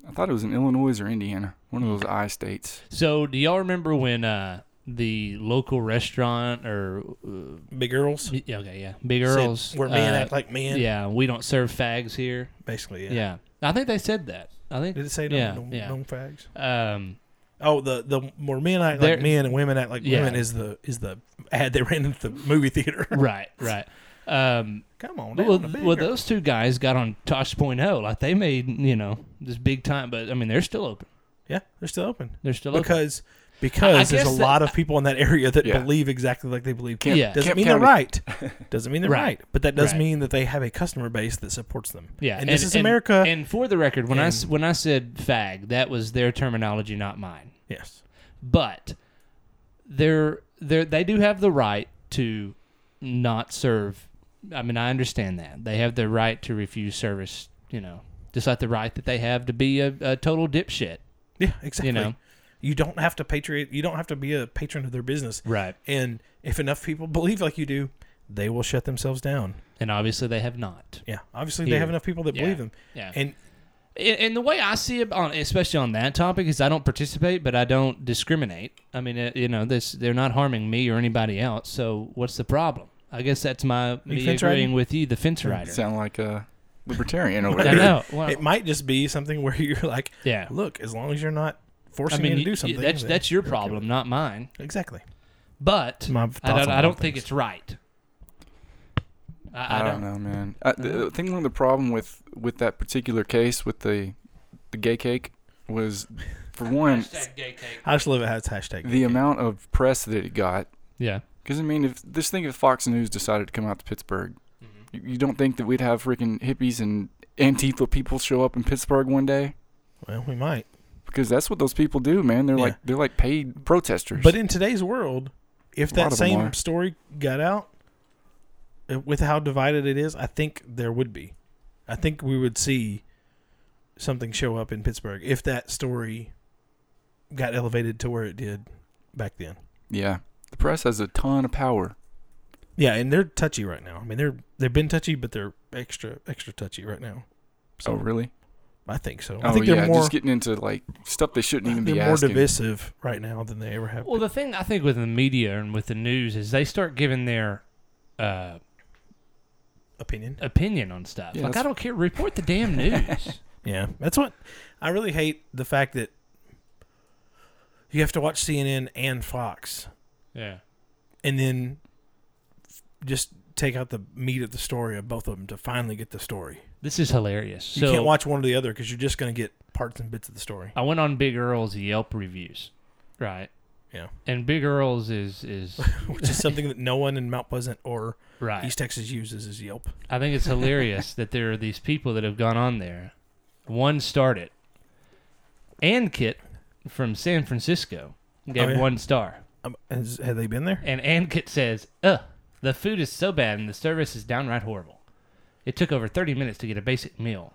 [SPEAKER 6] I thought it was in Illinois or Indiana, one of those I states.
[SPEAKER 5] So do y'all remember when uh, the local restaurant or uh,
[SPEAKER 7] big girls.
[SPEAKER 5] yeah, okay yeah Big
[SPEAKER 7] said,
[SPEAKER 5] Earls
[SPEAKER 7] where men
[SPEAKER 5] uh,
[SPEAKER 7] act like men.
[SPEAKER 5] yeah we don't serve fags here
[SPEAKER 7] basically. Yeah.
[SPEAKER 5] yeah. I think they said that I think
[SPEAKER 7] Did it say no,
[SPEAKER 5] yeah
[SPEAKER 7] no,
[SPEAKER 5] yeah
[SPEAKER 7] no fags?
[SPEAKER 5] um
[SPEAKER 7] Oh, the the more men act
[SPEAKER 5] There-
[SPEAKER 7] like men and women act like
[SPEAKER 5] Yeah.
[SPEAKER 7] women is the is the ad they ran at the movie theater.
[SPEAKER 5] right right um
[SPEAKER 7] Come on, down
[SPEAKER 5] well,
[SPEAKER 7] to Big
[SPEAKER 5] well
[SPEAKER 7] Girl.
[SPEAKER 5] those two guys got on Tosh.0 like they made you know this big time but I mean they're still open
[SPEAKER 7] yeah, they're still open
[SPEAKER 5] they're still open
[SPEAKER 7] because because there's a
[SPEAKER 5] guess that-
[SPEAKER 7] lot of people in that area that
[SPEAKER 6] Yeah.
[SPEAKER 7] believe exactly like they believe.
[SPEAKER 6] Can't,
[SPEAKER 5] Yeah.
[SPEAKER 7] doesn't
[SPEAKER 6] can't
[SPEAKER 7] mean
[SPEAKER 6] count
[SPEAKER 7] they're
[SPEAKER 6] it.
[SPEAKER 7] right. Doesn't mean they're
[SPEAKER 5] Right.
[SPEAKER 7] right. But that does
[SPEAKER 5] Right.
[SPEAKER 7] mean that they have a customer base that supports them.
[SPEAKER 5] Yeah,
[SPEAKER 7] And, this is America.
[SPEAKER 5] And for the record, when I s-
[SPEAKER 7] And-
[SPEAKER 5] when I said fag, that was their terminology, not mine.
[SPEAKER 7] yes.
[SPEAKER 5] But they're they they do have the right to not serve. I mean, I understand that they have the right to refuse service. You know, just like the right that they have to be a, a total dipshit.
[SPEAKER 7] Yeah, exactly.
[SPEAKER 5] You know,
[SPEAKER 7] You, don't have to patriot you don't have to be a patron of their business.
[SPEAKER 5] right?
[SPEAKER 7] And if enough people believe like you do, they will shut themselves down.
[SPEAKER 5] And obviously, they have not.
[SPEAKER 7] Yeah. Obviously
[SPEAKER 5] Here.
[SPEAKER 7] they have enough people that
[SPEAKER 5] Yeah.
[SPEAKER 7] believe them.
[SPEAKER 5] Yeah.
[SPEAKER 7] And
[SPEAKER 5] And- and the way I see it, on, especially on that topic, is I don't participate, but I don't discriminate. I mean, uh, you know, this they're not harming me or anybody else. So what's the problem? I guess that's my me agreeing
[SPEAKER 7] fence riding?
[SPEAKER 5] with you, the fence rider.
[SPEAKER 6] Sound like a libertarian over
[SPEAKER 5] I
[SPEAKER 6] there.
[SPEAKER 5] know. Well,
[SPEAKER 7] it might just be something where you're like,
[SPEAKER 5] yeah.
[SPEAKER 7] look, as long as you're not
[SPEAKER 5] I
[SPEAKER 7] forcing
[SPEAKER 5] mean,
[SPEAKER 7] me to
[SPEAKER 5] you-
[SPEAKER 7] do something.
[SPEAKER 5] that's
[SPEAKER 7] then
[SPEAKER 5] that's your
[SPEAKER 7] you're okay
[SPEAKER 5] problem,
[SPEAKER 7] with
[SPEAKER 5] not mine.
[SPEAKER 7] it. Exactly.
[SPEAKER 5] But
[SPEAKER 7] My
[SPEAKER 5] I
[SPEAKER 7] thoughts
[SPEAKER 5] don't,
[SPEAKER 7] on
[SPEAKER 5] I
[SPEAKER 7] all
[SPEAKER 5] don't think
[SPEAKER 7] things.
[SPEAKER 5] it's right. I,
[SPEAKER 6] I don't know, man. I,
[SPEAKER 7] Uh-huh.
[SPEAKER 6] the, I think one of the problem with with that particular case with the the gay cake was, for one,
[SPEAKER 7] I just love it how it's hashtag.
[SPEAKER 6] the amount of press that it got.
[SPEAKER 5] Yeah.
[SPEAKER 6] Because I mean, if this thing if Fox News decided to come out to Pittsburgh,
[SPEAKER 7] Mm-hmm.
[SPEAKER 6] you, you don't think that we'd have freaking hippies and Antifa people show up in Pittsburgh one day?
[SPEAKER 7] well, we might.
[SPEAKER 6] Because that's what those people do, man. They're
[SPEAKER 7] Yeah.
[SPEAKER 6] like they're like paid protesters.
[SPEAKER 7] But in today's world, if
[SPEAKER 6] A lot
[SPEAKER 7] that
[SPEAKER 6] of them
[SPEAKER 7] same
[SPEAKER 6] are.
[SPEAKER 7] story got out, uh, with how divided it is, I think there would be. I think we would see something show up in Pittsburgh if that story got elevated to where it did back then.
[SPEAKER 6] yeah, the press has a ton of power.
[SPEAKER 7] Yeah, and they're touchy right now. I mean, they're they've been touchy, but they're extra extra touchy right now.
[SPEAKER 6] Oh, really?
[SPEAKER 7] I think so.
[SPEAKER 6] Oh,
[SPEAKER 7] I think
[SPEAKER 6] yeah,
[SPEAKER 7] they're more
[SPEAKER 6] just getting into like stuff they shouldn't even be
[SPEAKER 7] they're more
[SPEAKER 6] asking.
[SPEAKER 7] divisive right now than they ever have.
[SPEAKER 5] Well, the thing I think with the media and with the news is they start giving their uh,
[SPEAKER 7] opinion.
[SPEAKER 5] opinion on stuff.
[SPEAKER 6] Yeah,
[SPEAKER 5] like I
[SPEAKER 6] that's-
[SPEAKER 5] don't care. Report the damn news.
[SPEAKER 7] Yeah, that's what I really hate the fact that you have to watch CNN and Fox
[SPEAKER 5] Yeah.
[SPEAKER 7] and then just take out the meat of the story of both of them to finally get the story.
[SPEAKER 5] This is hilarious.
[SPEAKER 7] You
[SPEAKER 5] so
[SPEAKER 7] can't watch one or the other because you're just going to get parts and bits of the story.
[SPEAKER 5] I went on Big Earl's Yelp reviews, right?
[SPEAKER 7] Yeah.
[SPEAKER 5] And Big Earl's is is
[SPEAKER 7] Which is something that no one in Mount Pleasant or
[SPEAKER 5] right.
[SPEAKER 7] East Texas uses as Yelp.
[SPEAKER 5] I think it's hilarious that there are these people that have gone on there. One started. Ann Kit from San Francisco gave
[SPEAKER 7] Oh, yeah.
[SPEAKER 5] one star.
[SPEAKER 7] Um, has, have they been there?
[SPEAKER 5] And Ann Kit says, Ugh, the food is so bad and the service is downright horrible. It took over 30 minutes to get a basic meal.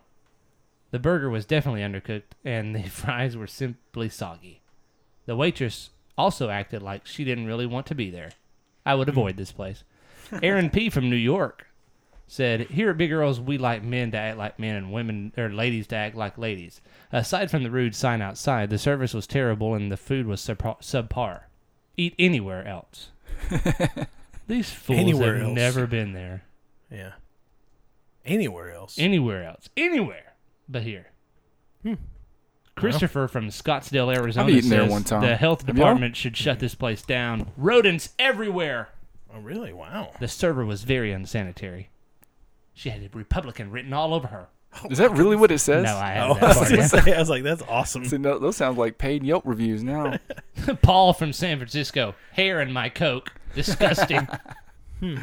[SPEAKER 5] The burger was definitely undercooked and the fries were simply soggy. The waitress also acted like she didn't really want to be there. I would avoid this place. Aaron P. from New York said, Here at Big Girls, we like men to act like men and women or ladies to act like ladies. Aside from the rude sign outside, the service was terrible and the food was subpar. subpar. Eat anywhere else. These fools
[SPEAKER 7] Anywhere
[SPEAKER 5] have
[SPEAKER 7] else.
[SPEAKER 5] never been there.
[SPEAKER 7] Yeah. Anywhere else?
[SPEAKER 5] Anywhere else. Anywhere but here. Christopher from Scottsdale, Arizona
[SPEAKER 6] eaten
[SPEAKER 5] says
[SPEAKER 6] there one time.
[SPEAKER 5] the health
[SPEAKER 6] Have y'all?
[SPEAKER 5] department should shut this place down. Rodents everywhere.
[SPEAKER 7] oh, really? Wow.
[SPEAKER 5] The server was very unsanitary. She had a Republican written all over her.
[SPEAKER 6] Is that really what it says?
[SPEAKER 5] No, I
[SPEAKER 7] Oh,
[SPEAKER 5] haven't. that
[SPEAKER 7] I was
[SPEAKER 5] part
[SPEAKER 7] gonna
[SPEAKER 5] yet.
[SPEAKER 7] say, I was like, that's awesome.
[SPEAKER 6] See, no, those sound like paid Yelp reviews now.
[SPEAKER 5] Paul from San Francisco. Hair in my Coke. Disgusting. Hmm.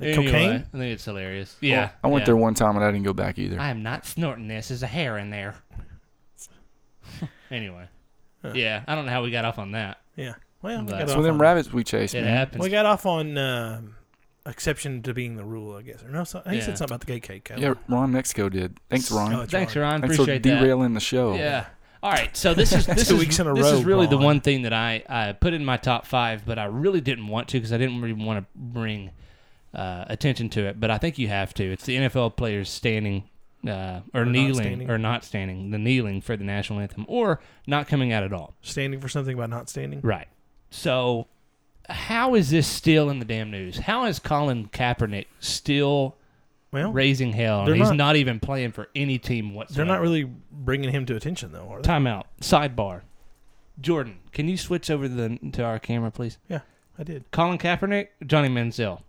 [SPEAKER 5] Anyway,
[SPEAKER 7] cocaine?
[SPEAKER 5] I think it's hilarious. Yeah.
[SPEAKER 6] I went
[SPEAKER 5] yeah.
[SPEAKER 6] there one time and I didn't go back
[SPEAKER 7] Oh.
[SPEAKER 6] either.
[SPEAKER 5] I am not snorting this. There's a hair in there. anyway. Yeah, I don't know how we got off on that.
[SPEAKER 7] Yeah. Well, we
[SPEAKER 5] But-
[SPEAKER 7] got,
[SPEAKER 5] So
[SPEAKER 6] So
[SPEAKER 7] off
[SPEAKER 6] them
[SPEAKER 7] on,
[SPEAKER 6] rabbits we chased,
[SPEAKER 5] It
[SPEAKER 6] man.
[SPEAKER 5] happens.
[SPEAKER 7] we got off on um exception to being the rule, I guess. Or no, so, he
[SPEAKER 5] Yeah.
[SPEAKER 7] said something about the gay cake.
[SPEAKER 6] Yeah, Ron Mexico did. Thanks, Ron.
[SPEAKER 7] Oh, it's
[SPEAKER 5] Thanks,
[SPEAKER 7] Ron.
[SPEAKER 5] Ron.
[SPEAKER 6] Thanks
[SPEAKER 5] Appreciate
[SPEAKER 6] for
[SPEAKER 5] that.
[SPEAKER 6] derailing the show.
[SPEAKER 5] Yeah. All right. So this is this
[SPEAKER 7] Two
[SPEAKER 5] is
[SPEAKER 7] weeks in a
[SPEAKER 5] this is
[SPEAKER 7] row,
[SPEAKER 5] really the
[SPEAKER 7] Ron.
[SPEAKER 5] one thing that I I put in my top five, but I really didn't want to because I didn't really want to bring uh, attention to it. But I think you have to. It's the NFL players standing. Uh, or,
[SPEAKER 7] not
[SPEAKER 5] kneeling,
[SPEAKER 7] standing.
[SPEAKER 5] or not standing, the kneeling for the national anthem, or not coming out at all.
[SPEAKER 7] Standing for something by not standing.
[SPEAKER 5] Right. So, how is this still in the damn news? How is Colin Kaepernick still
[SPEAKER 7] Well,
[SPEAKER 5] raising hell? And
[SPEAKER 7] They're
[SPEAKER 5] he's not,
[SPEAKER 7] not-
[SPEAKER 5] even playing for any team whatsoever.
[SPEAKER 7] they're not really bringing him to attention, though, are they?
[SPEAKER 5] Timeout. Sidebar. Jordan, can you switch over to, the, to our camera, please?
[SPEAKER 7] Yeah, I did.
[SPEAKER 5] Colin Kaepernick, Johnny Manziel,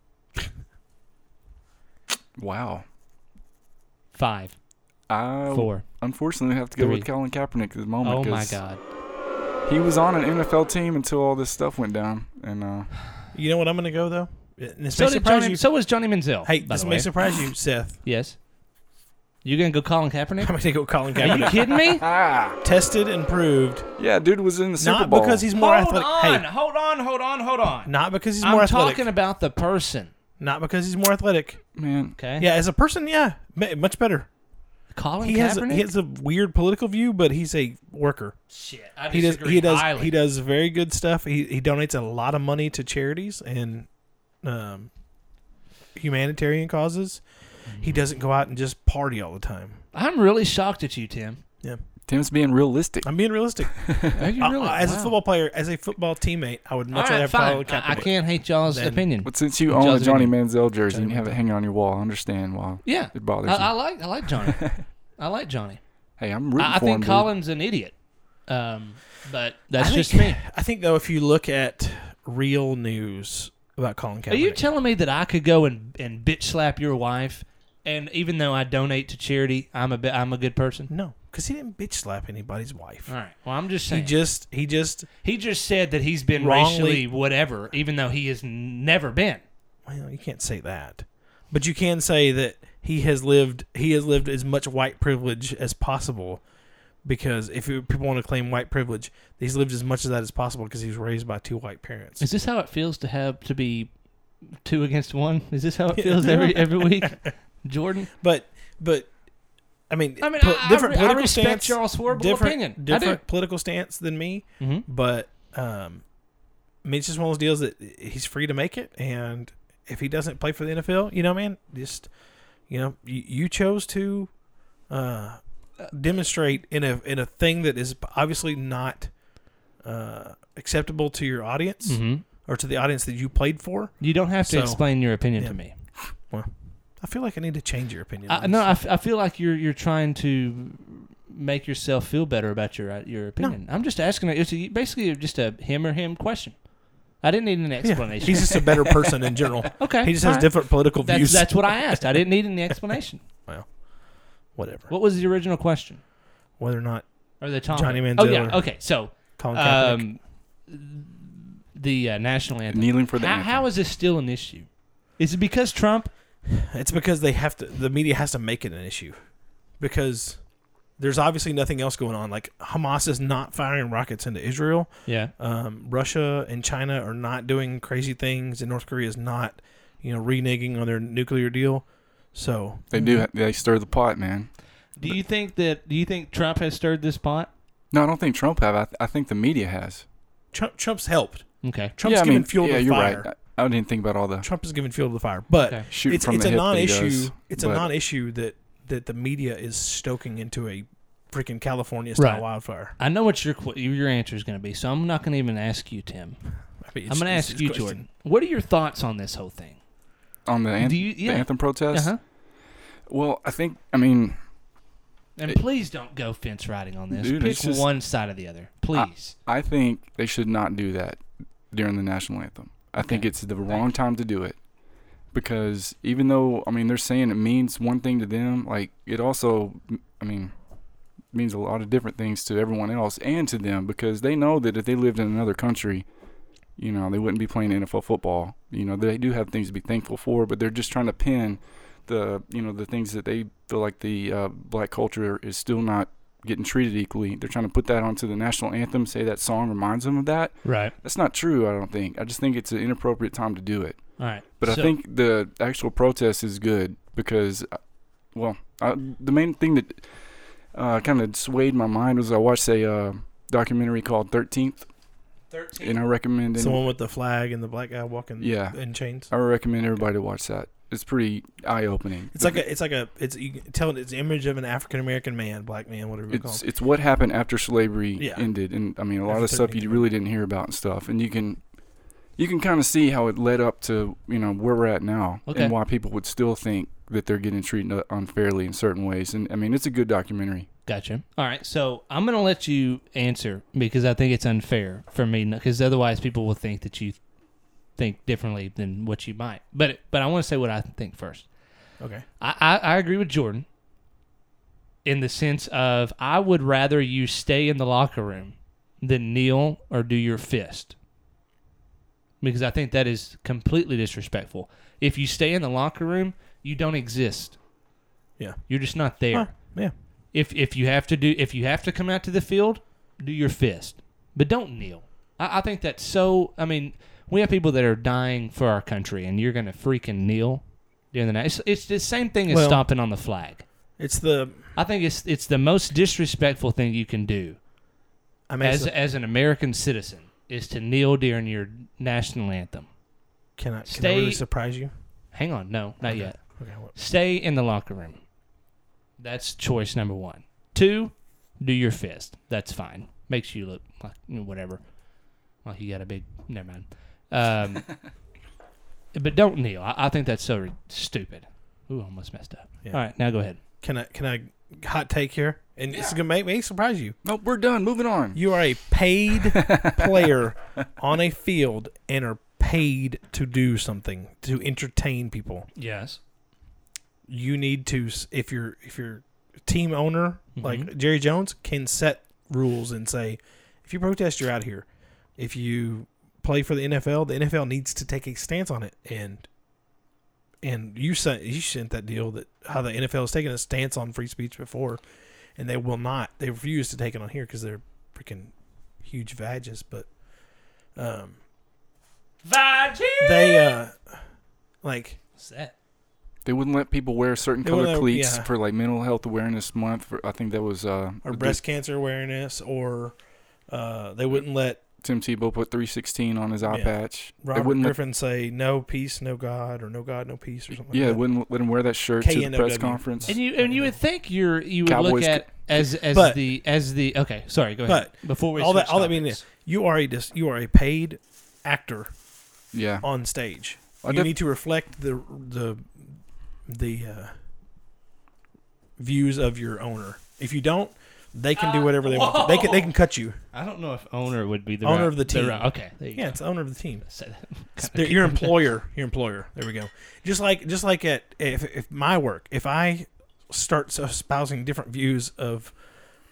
[SPEAKER 6] Wow.
[SPEAKER 5] five,
[SPEAKER 7] Oh,
[SPEAKER 6] I
[SPEAKER 5] four.
[SPEAKER 6] unfortunately have to go with
[SPEAKER 5] Three.
[SPEAKER 6] Colin Kaepernick at the moment.
[SPEAKER 5] Oh my
[SPEAKER 6] 'cause
[SPEAKER 5] God!
[SPEAKER 6] He was on an NFL team until all this stuff went down. And uh,
[SPEAKER 7] You know what I'm going to go, though? And this
[SPEAKER 5] So,
[SPEAKER 7] may
[SPEAKER 5] did
[SPEAKER 7] surprise
[SPEAKER 5] Johnny,
[SPEAKER 7] you.
[SPEAKER 5] so was Johnny Manziel.
[SPEAKER 7] hey,
[SPEAKER 5] by
[SPEAKER 7] this
[SPEAKER 5] the
[SPEAKER 7] may
[SPEAKER 5] way.
[SPEAKER 7] surprise you, Seth.
[SPEAKER 5] yes. You gonna go Colin Kaepernick?
[SPEAKER 7] I'm going to go Colin
[SPEAKER 5] Are you
[SPEAKER 7] Kaepernick.
[SPEAKER 5] kidding me?
[SPEAKER 7] Tested and proved.
[SPEAKER 6] yeah, dude was in the Super
[SPEAKER 7] Not
[SPEAKER 6] Bowl.
[SPEAKER 7] because he's more
[SPEAKER 5] hold
[SPEAKER 7] athletic.
[SPEAKER 5] on!
[SPEAKER 7] Hey,
[SPEAKER 5] Hold on! Hold on! Hold on!
[SPEAKER 7] not because he's
[SPEAKER 5] I'm
[SPEAKER 7] more athletic.
[SPEAKER 5] talking about the person.
[SPEAKER 7] Not because he's more athletic.
[SPEAKER 6] man.
[SPEAKER 5] Okay.
[SPEAKER 7] Yeah, as a person, yeah, ma- much better.
[SPEAKER 5] Colin
[SPEAKER 7] He has,
[SPEAKER 5] Kaepernick.
[SPEAKER 7] he has a weird political view, but he's a worker.
[SPEAKER 5] Shit. I
[SPEAKER 7] he does he does
[SPEAKER 5] highly.
[SPEAKER 7] he does very good stuff. He he donates a lot of money to charities and um, humanitarian causes.
[SPEAKER 5] Mm-hmm.
[SPEAKER 7] He doesn't go out and just party all the time.
[SPEAKER 5] I'm really shocked at you, Tim.
[SPEAKER 6] Tim's being realistic.
[SPEAKER 7] I'm being realistic.
[SPEAKER 5] Are you
[SPEAKER 7] I- I- Uh, as a football player, as a football teammate, I would much
[SPEAKER 5] All
[SPEAKER 7] rather
[SPEAKER 5] right,
[SPEAKER 7] have
[SPEAKER 5] fine.
[SPEAKER 7] Colin Kaepernick.
[SPEAKER 5] I, I can't hate y'all's
[SPEAKER 7] Then-
[SPEAKER 5] opinion.
[SPEAKER 6] But since you
[SPEAKER 5] Johnny
[SPEAKER 6] own a Johnny
[SPEAKER 5] Manziel.
[SPEAKER 6] Manziel jersey and you have it hanging on your wall, I understand why.
[SPEAKER 5] Yeah.
[SPEAKER 6] It bothers
[SPEAKER 5] I,
[SPEAKER 6] you.
[SPEAKER 5] I like I like Johnny. I like Johnny.
[SPEAKER 6] hey, I'm rooting
[SPEAKER 5] I, I
[SPEAKER 6] for him.
[SPEAKER 5] think
[SPEAKER 6] dude.
[SPEAKER 5] Colin's an idiot. Um, but that's
[SPEAKER 7] I think-
[SPEAKER 5] just me.
[SPEAKER 7] I think though, if you look at real news about Colin Kaepernick,
[SPEAKER 5] Are you telling me that I could go and, and bitch slap your wife? And even though I donate to charity, I'm a bi- I'm a good person.
[SPEAKER 7] no? Because he didn't bitch slap anybody's wife.
[SPEAKER 5] All right. Well, I'm just
[SPEAKER 7] He
[SPEAKER 5] saying.
[SPEAKER 7] just he just
[SPEAKER 5] he just said that he's been
[SPEAKER 7] Wrongly-
[SPEAKER 5] racially whatever, even though he has never been.
[SPEAKER 7] well, you can't say that, but you can say that he has lived he has lived as much white privilege as possible, because if you- people want to claim white privilege, he's lived as much of that as possible because he was raised by two white parents.
[SPEAKER 5] Is this how it feels to have to be two against one? Is this how it feels every every week, Jordan?
[SPEAKER 7] But but I mean,
[SPEAKER 5] I mean,
[SPEAKER 7] po-
[SPEAKER 5] I- I
[SPEAKER 7] different
[SPEAKER 5] re- I
[SPEAKER 7] political
[SPEAKER 5] respect
[SPEAKER 7] stance,
[SPEAKER 5] y'all's horrible
[SPEAKER 7] different,
[SPEAKER 5] opinion. I do.
[SPEAKER 7] different political stance than me,
[SPEAKER 5] Mhm.
[SPEAKER 7] but um, I mean, it's just one of those deals that he's free to make it, and if he doesn't play for the NFL, you know, man, just you know, you, you chose to uh, demonstrate in a in a thing that is obviously not uh, acceptable to your audience
[SPEAKER 5] Mm-hmm.
[SPEAKER 7] or to the audience that you played for.
[SPEAKER 5] You don't have to
[SPEAKER 7] So-
[SPEAKER 5] explain your opinion
[SPEAKER 7] Yeah.
[SPEAKER 5] to me.
[SPEAKER 7] I feel like I need to change your opinion.
[SPEAKER 5] I,
[SPEAKER 7] on
[SPEAKER 5] Uh, no,
[SPEAKER 7] this.
[SPEAKER 5] I, f- I feel like you're you're trying to make yourself feel better about your uh, your opinion. I'm just asking. It's a, basically just a him or him question. I didn't need an
[SPEAKER 7] yeah.
[SPEAKER 5] explanation.
[SPEAKER 7] he's just a better person in general.
[SPEAKER 5] okay,
[SPEAKER 7] He just
[SPEAKER 5] all
[SPEAKER 7] has
[SPEAKER 5] right.
[SPEAKER 7] different political
[SPEAKER 5] That's,
[SPEAKER 7] views.
[SPEAKER 5] that's what I asked. I didn't need any explanation.
[SPEAKER 7] Whatever.
[SPEAKER 5] What was the original question?
[SPEAKER 7] Whether or not
[SPEAKER 5] Or the Tom
[SPEAKER 7] Johnny
[SPEAKER 5] Oh
[SPEAKER 7] Manziel
[SPEAKER 5] yeah.
[SPEAKER 7] or-
[SPEAKER 5] Okay. So
[SPEAKER 7] Colin Kaepernick.
[SPEAKER 5] um, the uh, national anthem.
[SPEAKER 6] Kneeling for the
[SPEAKER 5] how,
[SPEAKER 6] anthem.
[SPEAKER 5] how is this still an issue? Is it because Trump?
[SPEAKER 7] It's because they have to. The media has to make it an issue, because there's obviously nothing else going on. Like Hamas is not firing rockets into Israel.
[SPEAKER 5] Yeah.
[SPEAKER 7] Um, Russia and China are not doing crazy things, and North Korea is not, you know, reneging on their nuclear deal. So
[SPEAKER 6] They do. They stir the pot, man.
[SPEAKER 5] Do you think that? Do you think Trump has stirred this pot?
[SPEAKER 6] No, I don't think Trump have. I, I think the media has.
[SPEAKER 7] Trump, Trump's helped.
[SPEAKER 5] Okay.
[SPEAKER 7] Trump's
[SPEAKER 6] yeah, I
[SPEAKER 7] giving
[SPEAKER 6] mean,
[SPEAKER 7] fuel
[SPEAKER 6] yeah,
[SPEAKER 7] to the
[SPEAKER 6] you're
[SPEAKER 7] fire.
[SPEAKER 6] right. I, I didn't think about all the
[SPEAKER 7] Trump is giving fuel to the fire, but
[SPEAKER 5] Okay.
[SPEAKER 6] shooting
[SPEAKER 7] it's
[SPEAKER 6] from
[SPEAKER 7] it's
[SPEAKER 6] the
[SPEAKER 7] a
[SPEAKER 6] hip that he
[SPEAKER 7] non-issue.
[SPEAKER 6] does,
[SPEAKER 7] it's a
[SPEAKER 6] but-
[SPEAKER 7] non-issue that that the media is stoking into a freaking California style
[SPEAKER 5] Right.
[SPEAKER 7] wildfire.
[SPEAKER 5] I know what your qu- your answer is going to be, so I'm not going to even ask you, Tim.
[SPEAKER 7] I mean,
[SPEAKER 5] I'm
[SPEAKER 7] it's-
[SPEAKER 5] going to
[SPEAKER 7] it's-
[SPEAKER 5] ask
[SPEAKER 7] it's
[SPEAKER 5] you,
[SPEAKER 7] crazy.
[SPEAKER 5] Jordan. What are your thoughts on this whole thing?
[SPEAKER 6] on the, anth-
[SPEAKER 5] Do you- yeah.
[SPEAKER 6] the anthem protest.
[SPEAKER 5] Uh-huh.
[SPEAKER 6] Well, I think. I mean,
[SPEAKER 5] And
[SPEAKER 6] It-
[SPEAKER 5] please don't go fence riding on this.
[SPEAKER 6] Dude,
[SPEAKER 5] Pick
[SPEAKER 6] it's just-
[SPEAKER 5] one side or the other, please.
[SPEAKER 6] I think they should not do that during the national anthem. I think
[SPEAKER 5] Okay.
[SPEAKER 6] it's the wrong time to do it because even though I mean they're saying it means one thing to them, like it also I mean means a lot of different things to everyone else and to them because they know that if they lived in another country, you know, they wouldn't be playing NFL football. You know, they do have things to be thankful for, but they're just trying to pin the you know the things that they feel like the uh, black culture is still not getting treated equally. They're trying to put that onto the national anthem, say that song reminds them of that.
[SPEAKER 5] right.
[SPEAKER 6] That's not true, I don't think. I just think it's an inappropriate time to do it.
[SPEAKER 5] All right.
[SPEAKER 6] But
[SPEAKER 5] So-
[SPEAKER 6] I think the actual protest is good because, uh, well, I, the main thing that uh, kind of swayed my mind was I watched a uh, documentary called 13th. 13th? And I recommend
[SPEAKER 7] It's
[SPEAKER 6] anyone-
[SPEAKER 7] the one with the flag and the black guy walking
[SPEAKER 6] Yeah.
[SPEAKER 7] in chains.
[SPEAKER 6] I recommend everybody to watch that. It's pretty eye opening.
[SPEAKER 7] It's like a it's like a it's you can tell it's the image of an African American man, black man, whatever you call
[SPEAKER 6] it's
[SPEAKER 7] it.
[SPEAKER 6] it's what happened after slavery
[SPEAKER 7] Yeah.
[SPEAKER 6] ended, and I mean a lot
[SPEAKER 7] After
[SPEAKER 6] of stuff you
[SPEAKER 7] 13.
[SPEAKER 6] really didn't hear about and stuff, and you can you can kind of see how it led up to you know where we're at now,
[SPEAKER 5] Okay.
[SPEAKER 6] and why people would still think that they're getting treated uh, unfairly in certain ways. And I mean it's a good documentary.
[SPEAKER 5] Gotcha. All right. So I'm going to let you answer because I think it's unfair for me because otherwise people will think that you think differently than what you might. But but I want to say what I think first.
[SPEAKER 7] Okay.
[SPEAKER 5] I, I, I agree with Jordan in the sense of I would rather you stay in the locker room than kneel or do your fist. Because I think that is completely disrespectful. If you stay in the locker room, you don't exist.
[SPEAKER 7] Yeah.
[SPEAKER 5] You're just not there
[SPEAKER 7] Huh, yeah.
[SPEAKER 5] if if you have to do if you have to come out to the field, do your fist, but don't kneel. I, I think that's so. I mean, we have people that are dying for our country, and you're gonna freaking kneel during the night. It's, it's the same thing as
[SPEAKER 7] Well-
[SPEAKER 5] stomping on the flag.
[SPEAKER 7] It's the
[SPEAKER 5] I think it's it's the most disrespectful thing you can do
[SPEAKER 7] I mean it's
[SPEAKER 5] as
[SPEAKER 7] the,
[SPEAKER 5] as an American citizen is to kneel during your national anthem.
[SPEAKER 7] can I can I
[SPEAKER 5] stay-
[SPEAKER 7] really surprise you?
[SPEAKER 5] Hang on, no, not yet.
[SPEAKER 7] Okay, what,
[SPEAKER 5] Stay in the locker room. That's choice number one. Two, do your fist. That's fine. Makes you look like you know, whatever. Like you got a big. Never mind. Um, but don't kneel. I, I think that's so re- stupid. Ooh, almost messed up.
[SPEAKER 7] Yeah.
[SPEAKER 5] All right, now go ahead.
[SPEAKER 7] can I can I hot take here? And it's gonna make me surprise you.
[SPEAKER 6] Nope, we're done. Moving on.
[SPEAKER 7] You are a paid player on a field and are paid to do something to entertain people.
[SPEAKER 5] Yes.
[SPEAKER 7] you need to s- if you're if you're team owner like
[SPEAKER 5] Mhm.
[SPEAKER 7] Jerry Jones can set rules and say if you protest you're out here. If you play for the NFL, the NFL needs to take a stance on it and and you sent you sent that deal that how the NFL has taken a stance on free speech before and they will not they refuse to take it on here cuz they're freaking huge vages but um they uh like
[SPEAKER 5] What's that?
[SPEAKER 6] They wouldn't let people wear certain
[SPEAKER 7] They
[SPEAKER 6] color
[SPEAKER 7] wouldn't let-
[SPEAKER 6] cleats
[SPEAKER 7] yeah.
[SPEAKER 6] for like Mental Health Awareness Month. For, I think that was uh,
[SPEAKER 7] or
[SPEAKER 6] the-
[SPEAKER 7] breast cancer awareness, or uh, they wouldn't let
[SPEAKER 6] Tim Tebow put 316 on his eye
[SPEAKER 7] Yeah.
[SPEAKER 6] patch. they
[SPEAKER 7] Robert
[SPEAKER 6] wouldn't let
[SPEAKER 7] Griffin say no peace, no God, or no God, no peace, or something.
[SPEAKER 6] yeah,
[SPEAKER 7] like that.
[SPEAKER 6] wouldn't let him wear that shirt to the press
[SPEAKER 7] KNOW.
[SPEAKER 6] conference.
[SPEAKER 5] And you and you would think you're you would look
[SPEAKER 6] Cowboys
[SPEAKER 5] at as as
[SPEAKER 7] But-
[SPEAKER 5] the as the okay. Sorry, go ahead.
[SPEAKER 7] But
[SPEAKER 5] Before we
[SPEAKER 7] all that
[SPEAKER 5] switch
[SPEAKER 7] all that means
[SPEAKER 5] topics.
[SPEAKER 7] is you are a dis, you are a paid actor
[SPEAKER 6] yeah,
[SPEAKER 7] on stage.
[SPEAKER 6] I
[SPEAKER 7] you
[SPEAKER 6] def-
[SPEAKER 7] need to reflect the the the uh, views of your owner. If you don't, they can
[SPEAKER 5] Uh,
[SPEAKER 7] do whatever they want. to. They can they can cut you.
[SPEAKER 5] I don't know if owner would be the
[SPEAKER 7] Owner
[SPEAKER 5] right-
[SPEAKER 7] of the team.
[SPEAKER 5] right- okay, there you
[SPEAKER 7] Yeah,
[SPEAKER 5] go.
[SPEAKER 7] it's the owner of the team.
[SPEAKER 5] Say that.
[SPEAKER 7] Their- your employer, your employer. There we go. Just like just like at if, if my work, if I start espousing different views of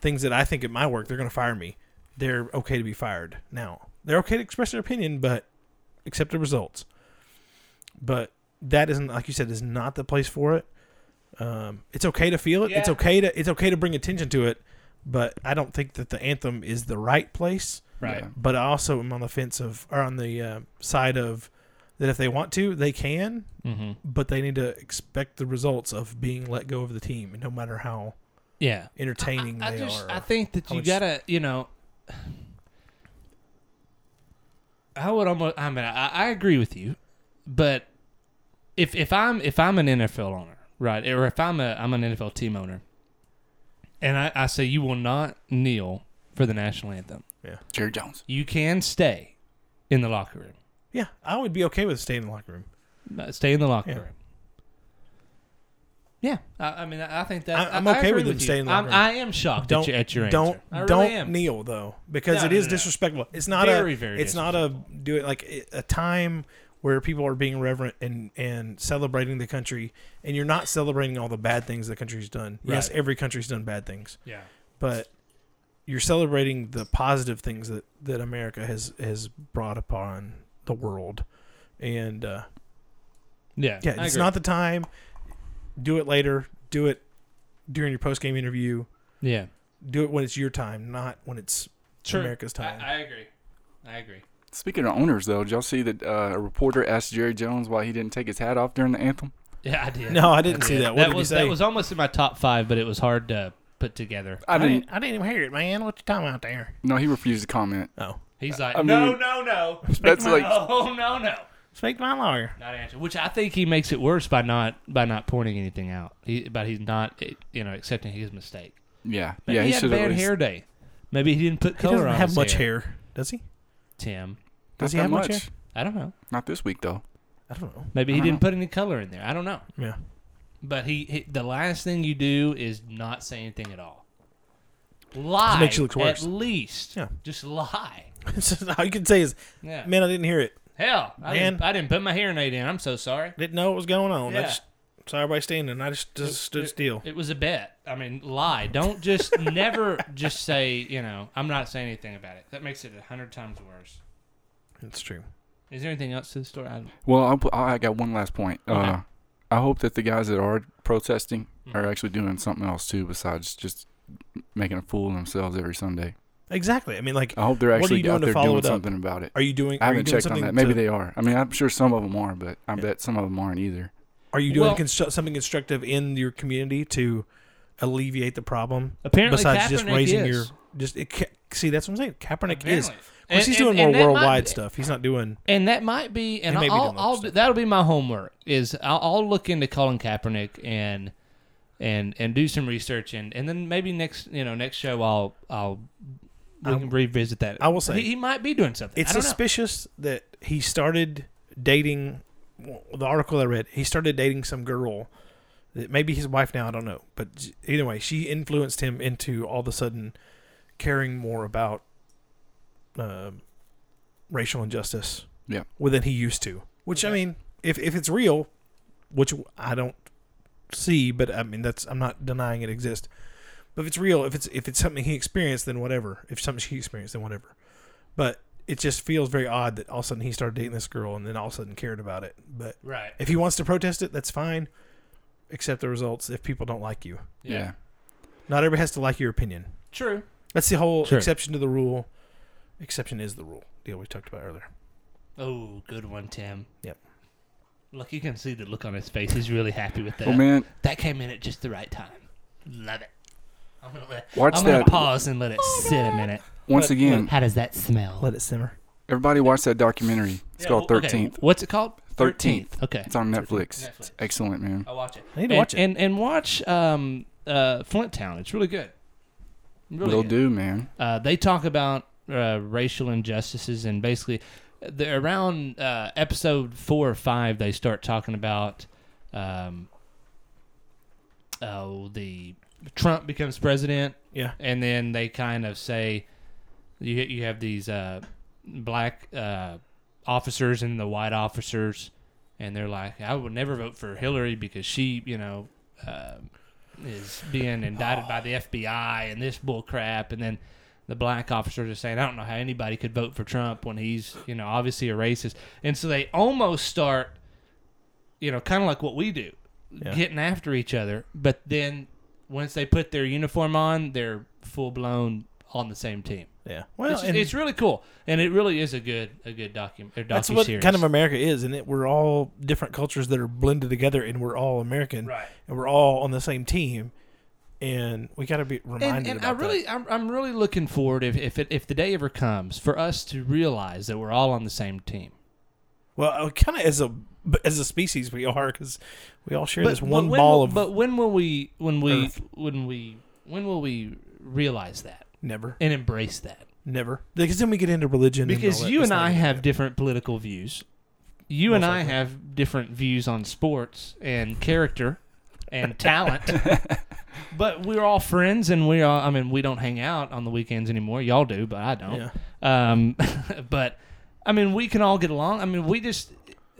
[SPEAKER 7] things that I think at my work, they're going to fire me. They're okay to be fired. Now they're okay to express their opinion, but accept the results. But that isn't like you said is not the place for it. Um, it's okay to feel it. It's
[SPEAKER 5] Yeah.
[SPEAKER 7] okay to it's okay to bring attention to it. But I don't think that the anthem is the right place
[SPEAKER 5] Right.
[SPEAKER 7] but I also am on the fence of or on the uh, side of that if they want to, they can,
[SPEAKER 5] Mm-hmm.
[SPEAKER 7] but they need to expect the results of being let go of the team, no matter how
[SPEAKER 5] Yeah.
[SPEAKER 7] entertaining
[SPEAKER 5] I
[SPEAKER 7] they
[SPEAKER 5] just
[SPEAKER 7] are.
[SPEAKER 5] I think that
[SPEAKER 7] how
[SPEAKER 5] you
[SPEAKER 7] much-
[SPEAKER 5] gotta you know. I would almost. I mean, I, I agree with you, but if if I'm if I'm an NFL owner, right, or if I'm a I'm an NFL team owner, and I, I say you will not kneel for the national anthem,
[SPEAKER 6] Jerry Jones.
[SPEAKER 5] you can stay in the locker room.
[SPEAKER 7] yeah, I would be okay with staying in the locker room.
[SPEAKER 5] Uh, Stay in the locker
[SPEAKER 7] Yeah.
[SPEAKER 5] room. Yeah, I, I mean, I I think that
[SPEAKER 7] I- I'm
[SPEAKER 5] I- I
[SPEAKER 7] okay
[SPEAKER 5] agree
[SPEAKER 7] with them
[SPEAKER 5] you.
[SPEAKER 7] staying in the
[SPEAKER 5] I'm-
[SPEAKER 7] locker room.
[SPEAKER 5] I am shocked
[SPEAKER 7] Don't
[SPEAKER 5] at your, at your answer.
[SPEAKER 7] don't
[SPEAKER 5] I really
[SPEAKER 7] don't
[SPEAKER 5] am.
[SPEAKER 7] kneel though because
[SPEAKER 5] No,
[SPEAKER 7] it
[SPEAKER 5] no,
[SPEAKER 7] is
[SPEAKER 5] no, no.
[SPEAKER 7] disrespectful. It's not
[SPEAKER 5] Very,
[SPEAKER 7] a
[SPEAKER 5] very
[SPEAKER 7] it's not a do it like a- a time where people are being reverent and and celebrating the country and you're not celebrating all the bad things the country's done. Yes,
[SPEAKER 5] Right.
[SPEAKER 7] every country's done bad things.
[SPEAKER 5] Yeah.
[SPEAKER 7] but you're celebrating the positive things that, that America has has brought upon the world, and uh,
[SPEAKER 5] Yeah,
[SPEAKER 7] yeah,
[SPEAKER 5] I
[SPEAKER 7] it's
[SPEAKER 5] agree.
[SPEAKER 7] not the time. Do it later. Do it during your post game interview.
[SPEAKER 5] Yeah,
[SPEAKER 7] Do it when it's your time, not when it's
[SPEAKER 5] True.
[SPEAKER 7] America's time.
[SPEAKER 5] I, I agree. I agree.
[SPEAKER 6] Speaking of owners, though, did y'all see that uh, a reporter asked Jerry Jones why he didn't take his hat off during the anthem?
[SPEAKER 5] Yeah, I did.
[SPEAKER 7] no, I didn't see
[SPEAKER 5] Yeah,
[SPEAKER 7] that. What did
[SPEAKER 5] was
[SPEAKER 7] he say?
[SPEAKER 5] that was almost in my top five, but it was hard to put together.
[SPEAKER 6] I didn't.
[SPEAKER 7] I didn't even hear it, man. What you talking about there?
[SPEAKER 6] No, he refused to comment.
[SPEAKER 7] Oh,
[SPEAKER 5] He's like,
[SPEAKER 6] I
[SPEAKER 5] no,
[SPEAKER 6] mean-
[SPEAKER 5] no, no,
[SPEAKER 6] That's like
[SPEAKER 5] oh no, no,
[SPEAKER 7] speak to my lawyer.
[SPEAKER 5] not answer. Which I think he makes it worse by not by not pointing anything out. He, but he's not, eh, you know, accepting his mistake.
[SPEAKER 6] yeah,
[SPEAKER 5] Maybe
[SPEAKER 6] yeah.
[SPEAKER 5] he,
[SPEAKER 6] He
[SPEAKER 5] had
[SPEAKER 6] should have.
[SPEAKER 5] bad hair day. Maybe he didn't put
[SPEAKER 7] He
[SPEAKER 5] color
[SPEAKER 7] doesn't
[SPEAKER 5] on
[SPEAKER 7] have
[SPEAKER 5] his
[SPEAKER 7] much
[SPEAKER 5] hair.
[SPEAKER 7] hair, does he?
[SPEAKER 5] Tim,
[SPEAKER 6] Does
[SPEAKER 7] Does he
[SPEAKER 6] he
[SPEAKER 7] have much
[SPEAKER 6] much?
[SPEAKER 7] hair?
[SPEAKER 5] I don't know.
[SPEAKER 6] Not this week though.
[SPEAKER 7] I don't know.
[SPEAKER 5] Maybe he
[SPEAKER 6] I don't
[SPEAKER 5] didn't put any color in there. I don't know.
[SPEAKER 7] Yeah,
[SPEAKER 5] But he, he the last thing you do is not say anything at all. Lie.
[SPEAKER 7] makes you look worse.
[SPEAKER 5] At least.
[SPEAKER 7] Yeah.
[SPEAKER 5] Just lie.
[SPEAKER 7] This is all you can say is,
[SPEAKER 5] Yeah.
[SPEAKER 7] man, I didn't hear it.
[SPEAKER 5] Hell, I, Didn't,
[SPEAKER 7] Man.
[SPEAKER 5] I didn't put my hearing aid in. I'm so sorry.
[SPEAKER 7] Didn't know what was going on. I
[SPEAKER 5] Yeah.
[SPEAKER 7] just saw everybody standing. I just, just stood still.
[SPEAKER 5] It was a bet. I mean, lie. Don't just never just say, you know, I'm not saying anything about it. That makes it a hundred times worse.
[SPEAKER 7] It's true.
[SPEAKER 5] Is there anything else to the story? I,
[SPEAKER 6] Well, I'll, pu- I got one last point. Uh,
[SPEAKER 5] Okay.
[SPEAKER 6] I hope that the guys that are protesting
[SPEAKER 7] Mm-hmm.
[SPEAKER 6] are actually doing something else too, besides just making a fool of themselves every Sunday.
[SPEAKER 7] Exactly. I mean, like,
[SPEAKER 6] I hope they're
[SPEAKER 7] What are you
[SPEAKER 6] actually
[SPEAKER 7] doing
[SPEAKER 6] out
[SPEAKER 7] to
[SPEAKER 6] there
[SPEAKER 7] follow
[SPEAKER 6] doing
[SPEAKER 7] it up?
[SPEAKER 6] something about it.
[SPEAKER 7] are you doing?
[SPEAKER 6] I
[SPEAKER 7] Are you
[SPEAKER 6] haven't
[SPEAKER 7] doing
[SPEAKER 6] checked on
[SPEAKER 7] something?
[SPEAKER 6] that. Maybe
[SPEAKER 7] to-
[SPEAKER 6] they are. I mean, I'm sure some of them are, but I bet some of them aren't either.
[SPEAKER 7] are you doing
[SPEAKER 5] Well-
[SPEAKER 7] constru- something constructive in your community to alleviate the problem?
[SPEAKER 5] Apparently
[SPEAKER 7] besides just
[SPEAKER 5] Kaepernick
[SPEAKER 7] raising
[SPEAKER 5] is.
[SPEAKER 7] your just it, ca- see that's what I'm saying. Kaepernick is.
[SPEAKER 5] Apparently. And-
[SPEAKER 7] Because he's
[SPEAKER 5] and-
[SPEAKER 7] doing
[SPEAKER 5] and
[SPEAKER 7] more
[SPEAKER 5] that might
[SPEAKER 7] worldwide
[SPEAKER 5] be-
[SPEAKER 7] stuff. He's not doing.
[SPEAKER 5] and that might be, and
[SPEAKER 7] may be
[SPEAKER 5] I'll,
[SPEAKER 7] doing
[SPEAKER 5] I'll
[SPEAKER 7] other stuff.
[SPEAKER 5] that'll be my homework. Is I'll, I'll look into Colin Kaepernick and and and do some research, and and then maybe next, you know, next show I'll I'll we can revisit that.
[SPEAKER 7] I will say-
[SPEAKER 5] he, he might be doing something.
[SPEAKER 7] It's
[SPEAKER 5] I don't know.
[SPEAKER 7] suspicious that he started dating. well, The article I read, he started dating some girl. That maybe his wife now. I don't know. But j- either way, she influenced him into all of a sudden caring more about um racial injustice.
[SPEAKER 6] Yeah.
[SPEAKER 7] Well, than he used to. Which I mean, if if it's real, which I don't see, but I mean that's I'm not denying it exists. But if it's real, if it's if it's something he experienced, then whatever. If something she experienced, then whatever. But it just feels very odd that all of a sudden he started dating this girl and then all of a sudden cared about it. But
[SPEAKER 5] Right.
[SPEAKER 7] if he wants to protest it, that's fine. Accept the results if people don't like you.
[SPEAKER 6] Yeah.
[SPEAKER 7] Not everybody has to like your opinion.
[SPEAKER 5] True.
[SPEAKER 7] That's the whole
[SPEAKER 5] Sure.
[SPEAKER 7] exception to the rule. Exception is the rule deal we talked about earlier.
[SPEAKER 5] Oh, good one, Tim.
[SPEAKER 7] Yep.
[SPEAKER 5] Look, you can see the look on his face. He's really happy with that.
[SPEAKER 6] Well, man,
[SPEAKER 5] That came in at just the right time. Love it. I'm gonna let.
[SPEAKER 6] Watch
[SPEAKER 5] I'm gonna
[SPEAKER 6] that.
[SPEAKER 5] pause and let it
[SPEAKER 7] Oh
[SPEAKER 5] sit a minute.
[SPEAKER 6] once again,
[SPEAKER 5] How does that smell?
[SPEAKER 7] Let it simmer.
[SPEAKER 6] everybody watch that documentary. It's called
[SPEAKER 5] Okay,
[SPEAKER 6] Thirteenth.
[SPEAKER 5] What's it called?
[SPEAKER 6] 13th.
[SPEAKER 5] Okay.
[SPEAKER 6] It's on Netflix.
[SPEAKER 5] Netflix. Oh,
[SPEAKER 6] It's excellent, man.
[SPEAKER 5] I'll watch it.
[SPEAKER 7] I need to
[SPEAKER 5] and,
[SPEAKER 7] watch it.
[SPEAKER 5] And and watch um uh Flint Town. It's really good. Really
[SPEAKER 6] Will
[SPEAKER 5] good.
[SPEAKER 6] do, man.
[SPEAKER 5] Uh, they talk about uh, racial injustices and basically the, around uh, episode four or five they start talking about um, uh, the Trump becomes president,
[SPEAKER 7] Yeah.
[SPEAKER 5] and then they kind of say you you have these uh, black uh, officers and the white officers, and they're like, I would never vote for Hillary because she, you know, uh, is being indicted by the FBI and this bull crap, and then. The black officers are saying, I don't know how anybody could vote for Trump when he's, you know, obviously a racist. And so they almost start you know, kind of like what we do, getting after each other. But then once they put their uniform on, they're full blown on the same team.
[SPEAKER 7] Yeah. Well,
[SPEAKER 5] it's,
[SPEAKER 7] and
[SPEAKER 5] it's really cool, and it really is a good a good document.
[SPEAKER 7] that's what kind of America is, and it we're all different cultures that are blended together, and we're all American,
[SPEAKER 5] Right.
[SPEAKER 7] and we're all on the same team, and we got to be reminded.
[SPEAKER 5] and, and I
[SPEAKER 7] about
[SPEAKER 5] really, I'm, I'm really looking forward if if, it, if the day ever comes for us to realize that we're all on the same team.
[SPEAKER 7] that. well, kind of as a as a species we are because we all share this one
[SPEAKER 5] when
[SPEAKER 7] ball
[SPEAKER 5] will-
[SPEAKER 7] of
[SPEAKER 5] But when will we? When we?
[SPEAKER 7] Earth.
[SPEAKER 5] When we? When will we realize that
[SPEAKER 7] never,
[SPEAKER 5] and embrace that?
[SPEAKER 7] never because then we get into religion and all
[SPEAKER 5] because
[SPEAKER 7] that.
[SPEAKER 5] you
[SPEAKER 7] It's
[SPEAKER 5] and
[SPEAKER 7] not
[SPEAKER 5] I
[SPEAKER 7] gonna
[SPEAKER 5] have
[SPEAKER 7] happen.
[SPEAKER 5] different political views. You and
[SPEAKER 7] Most
[SPEAKER 5] I
[SPEAKER 7] likely.
[SPEAKER 5] have different views on sports and character and talent. but we're all friends and we all I mean we don't hang out on the weekends anymore. Y'all do, but I don't. Um but I mean we can all get along. I mean we just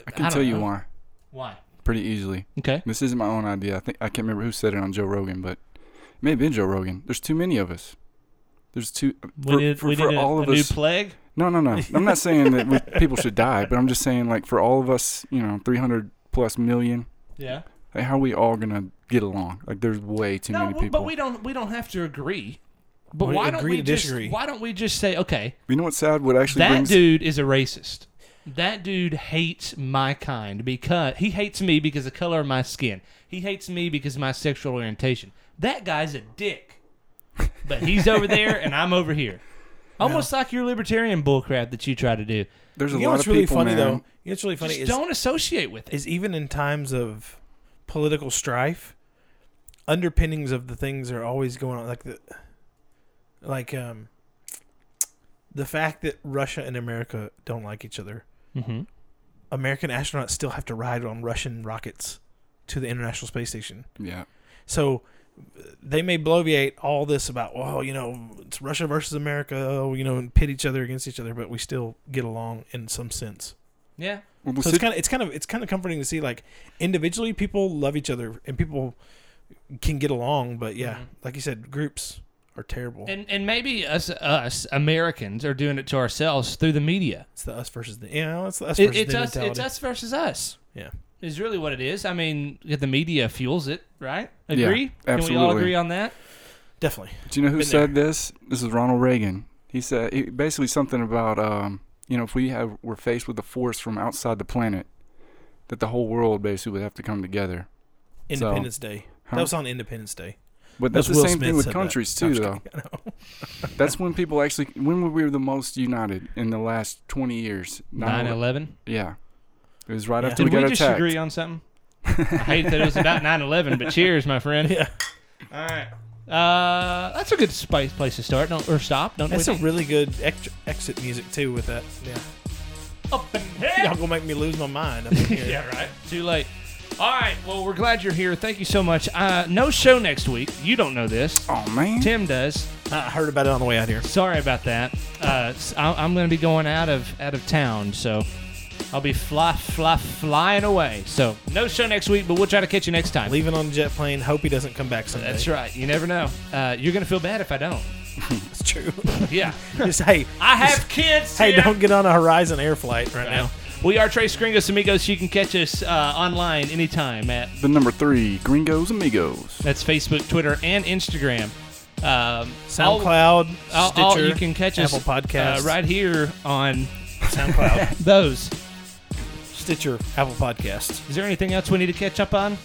[SPEAKER 6] I can
[SPEAKER 5] I don't
[SPEAKER 6] tell you
[SPEAKER 5] know.
[SPEAKER 6] why
[SPEAKER 5] why?
[SPEAKER 6] pretty easily.
[SPEAKER 5] Okay.
[SPEAKER 6] This isn't my own idea. I think I can't remember who said it on Joe Rogan, but it may have been Joe Rogan. There's too many of us. There's too
[SPEAKER 5] We
[SPEAKER 6] for,
[SPEAKER 5] did
[SPEAKER 6] for,
[SPEAKER 5] we
[SPEAKER 6] for
[SPEAKER 5] did a,
[SPEAKER 6] all
[SPEAKER 5] a
[SPEAKER 6] of
[SPEAKER 5] new
[SPEAKER 6] us.
[SPEAKER 5] plague.
[SPEAKER 6] No, no, no. I'm not saying that we, people should die, but I'm just saying like for all of us, you know, 300 plus million,
[SPEAKER 5] Yeah.
[SPEAKER 6] like, how are we all gonna get along? Like there's way too
[SPEAKER 5] No,
[SPEAKER 6] many
[SPEAKER 5] w-
[SPEAKER 6] people.
[SPEAKER 5] but we don't we don't have to agree. But
[SPEAKER 7] We
[SPEAKER 5] why don't
[SPEAKER 7] agree
[SPEAKER 5] we
[SPEAKER 7] to
[SPEAKER 5] just
[SPEAKER 7] disagree.
[SPEAKER 5] why don't we just say okay,
[SPEAKER 6] you know what's sad? What actually
[SPEAKER 5] that
[SPEAKER 6] brings
[SPEAKER 5] dude is a racist. That dude hates my kind because he hates me because of the color of my skin. He hates me because of my sexual orientation. That guy's a dick. But he's over there and I'm over here. Almost like your libertarian bullcrap that you try to do.
[SPEAKER 6] there's a
[SPEAKER 7] You know
[SPEAKER 6] lot
[SPEAKER 7] what's
[SPEAKER 6] of
[SPEAKER 7] really
[SPEAKER 6] people,
[SPEAKER 7] funny
[SPEAKER 6] man.
[SPEAKER 7] though? You know what's really funny
[SPEAKER 5] Just
[SPEAKER 7] is
[SPEAKER 5] don't associate with it.
[SPEAKER 7] is even in times of political strife, underpinnings of the things are always going on, like the like um the fact that Russia and America don't like each other.
[SPEAKER 5] Mm-hmm.
[SPEAKER 7] American astronauts still have to ride on Russian rockets to the International Space Station.
[SPEAKER 6] Yeah.
[SPEAKER 7] So uh, they may bloviate all this about, well, you know, it's Russia versus America, oh, you know, and pit each other against each other, but we still get along in some sense.
[SPEAKER 5] Yeah.
[SPEAKER 6] Well, the
[SPEAKER 7] So it's
[SPEAKER 6] sit-
[SPEAKER 7] kind of it's kind of it's kind of comforting to see like individually people love each other and people can get along, but yeah,
[SPEAKER 5] Mhm.
[SPEAKER 7] like you said, groups are terrible.
[SPEAKER 5] And and maybe us us Americans are doing it to ourselves through the media.
[SPEAKER 7] it's the us versus the yeah, it's the us
[SPEAKER 5] It,
[SPEAKER 7] versus
[SPEAKER 5] it's
[SPEAKER 7] the
[SPEAKER 5] us it's
[SPEAKER 7] mentality.
[SPEAKER 5] us versus us.
[SPEAKER 7] Yeah,
[SPEAKER 5] Is really what it is. I mean, the media fuels it, right?
[SPEAKER 6] Yeah,
[SPEAKER 5] Agree? Can we all
[SPEAKER 6] absolutely.
[SPEAKER 5] agree on that?
[SPEAKER 7] definitely.
[SPEAKER 6] Do you know who
[SPEAKER 7] Been
[SPEAKER 6] said this? This is Ronald Reagan. He said he, basically something about um, you know if we have were faced with a force from outside the planet, that the whole world basically would have to come together.
[SPEAKER 7] Independence Day.
[SPEAKER 6] Huh?
[SPEAKER 7] That was on Independence Day.
[SPEAKER 6] But
[SPEAKER 7] That
[SPEAKER 6] that's
[SPEAKER 7] was
[SPEAKER 6] the
[SPEAKER 7] Will
[SPEAKER 6] same
[SPEAKER 7] Smith
[SPEAKER 6] thing with
[SPEAKER 7] said that.
[SPEAKER 6] countries
[SPEAKER 7] No, I'm
[SPEAKER 6] too,
[SPEAKER 7] just
[SPEAKER 6] though. That's when people actually when were we were the most united in the last twenty years?
[SPEAKER 5] 9
[SPEAKER 6] 11.
[SPEAKER 5] 11.
[SPEAKER 6] Yeah, it was right
[SPEAKER 7] Yeah.
[SPEAKER 6] after
[SPEAKER 5] Did
[SPEAKER 6] we
[SPEAKER 5] we
[SPEAKER 6] got
[SPEAKER 5] just
[SPEAKER 6] attacked.
[SPEAKER 5] agree on something? I hate that it was about 9 11, but cheers, my friend.
[SPEAKER 7] Yeah.
[SPEAKER 5] All right. Uh, that's a good space place to start don't, or stop. Don't
[SPEAKER 7] That's
[SPEAKER 5] we
[SPEAKER 7] a really good ex- exit music too with that. Yeah,
[SPEAKER 5] up in
[SPEAKER 7] y'all
[SPEAKER 5] here.
[SPEAKER 7] gonna make me lose my mind. up in here.
[SPEAKER 5] Yeah, right. Too late. All right. Well, we're glad you're here. Thank you so much. Uh, no show next week. You don't know this.
[SPEAKER 6] Oh man,
[SPEAKER 5] Tim does.
[SPEAKER 7] I heard about it on the way out here.
[SPEAKER 5] Sorry about that. Uh, s- I- I'm going to be going out of out of town, so I'll be fly, fly, flying away. So no show next week, but we'll try to catch you next time.
[SPEAKER 7] Leaving on a jet plane. Hope he doesn't come back someday.
[SPEAKER 5] That's right. You never know. Uh, you're gonna feel bad if I don't.
[SPEAKER 7] That's true.
[SPEAKER 5] Yeah.
[SPEAKER 7] Just hey,
[SPEAKER 5] I have kids.
[SPEAKER 7] hey,
[SPEAKER 5] here.
[SPEAKER 7] don't get on a Horizon Air flight right now.
[SPEAKER 5] We are Trace Gringos Amigos. You can catch us uh, online anytime at
[SPEAKER 6] the number three, Gringos Amigos.
[SPEAKER 5] that's Facebook, Twitter, and Instagram. Um, all-
[SPEAKER 7] SoundCloud,
[SPEAKER 5] all-
[SPEAKER 7] Stitcher,
[SPEAKER 5] all- you can catch us
[SPEAKER 7] Apple Podcasts,
[SPEAKER 5] uh, right here on
[SPEAKER 7] SoundCloud,
[SPEAKER 5] those.
[SPEAKER 7] Stitcher, Apple Podcasts,
[SPEAKER 5] Is there anything else we need to catch up on?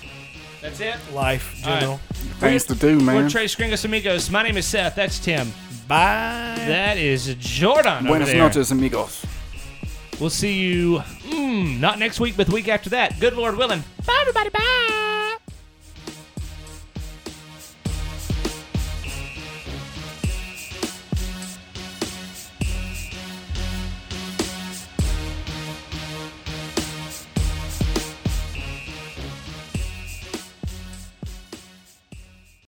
[SPEAKER 5] That's it.
[SPEAKER 7] Life General.
[SPEAKER 6] Things to do, man.
[SPEAKER 5] We're Trace Gringos Amigos. My name is Seth. That's Tim.
[SPEAKER 7] Bye.
[SPEAKER 5] That is Jordan. over
[SPEAKER 6] Buenas
[SPEAKER 5] there.
[SPEAKER 6] noches, amigos.
[SPEAKER 5] hmm, We'll see you mm, not next week, but the week after that. Good Lord willing. Bye, everybody. Bye.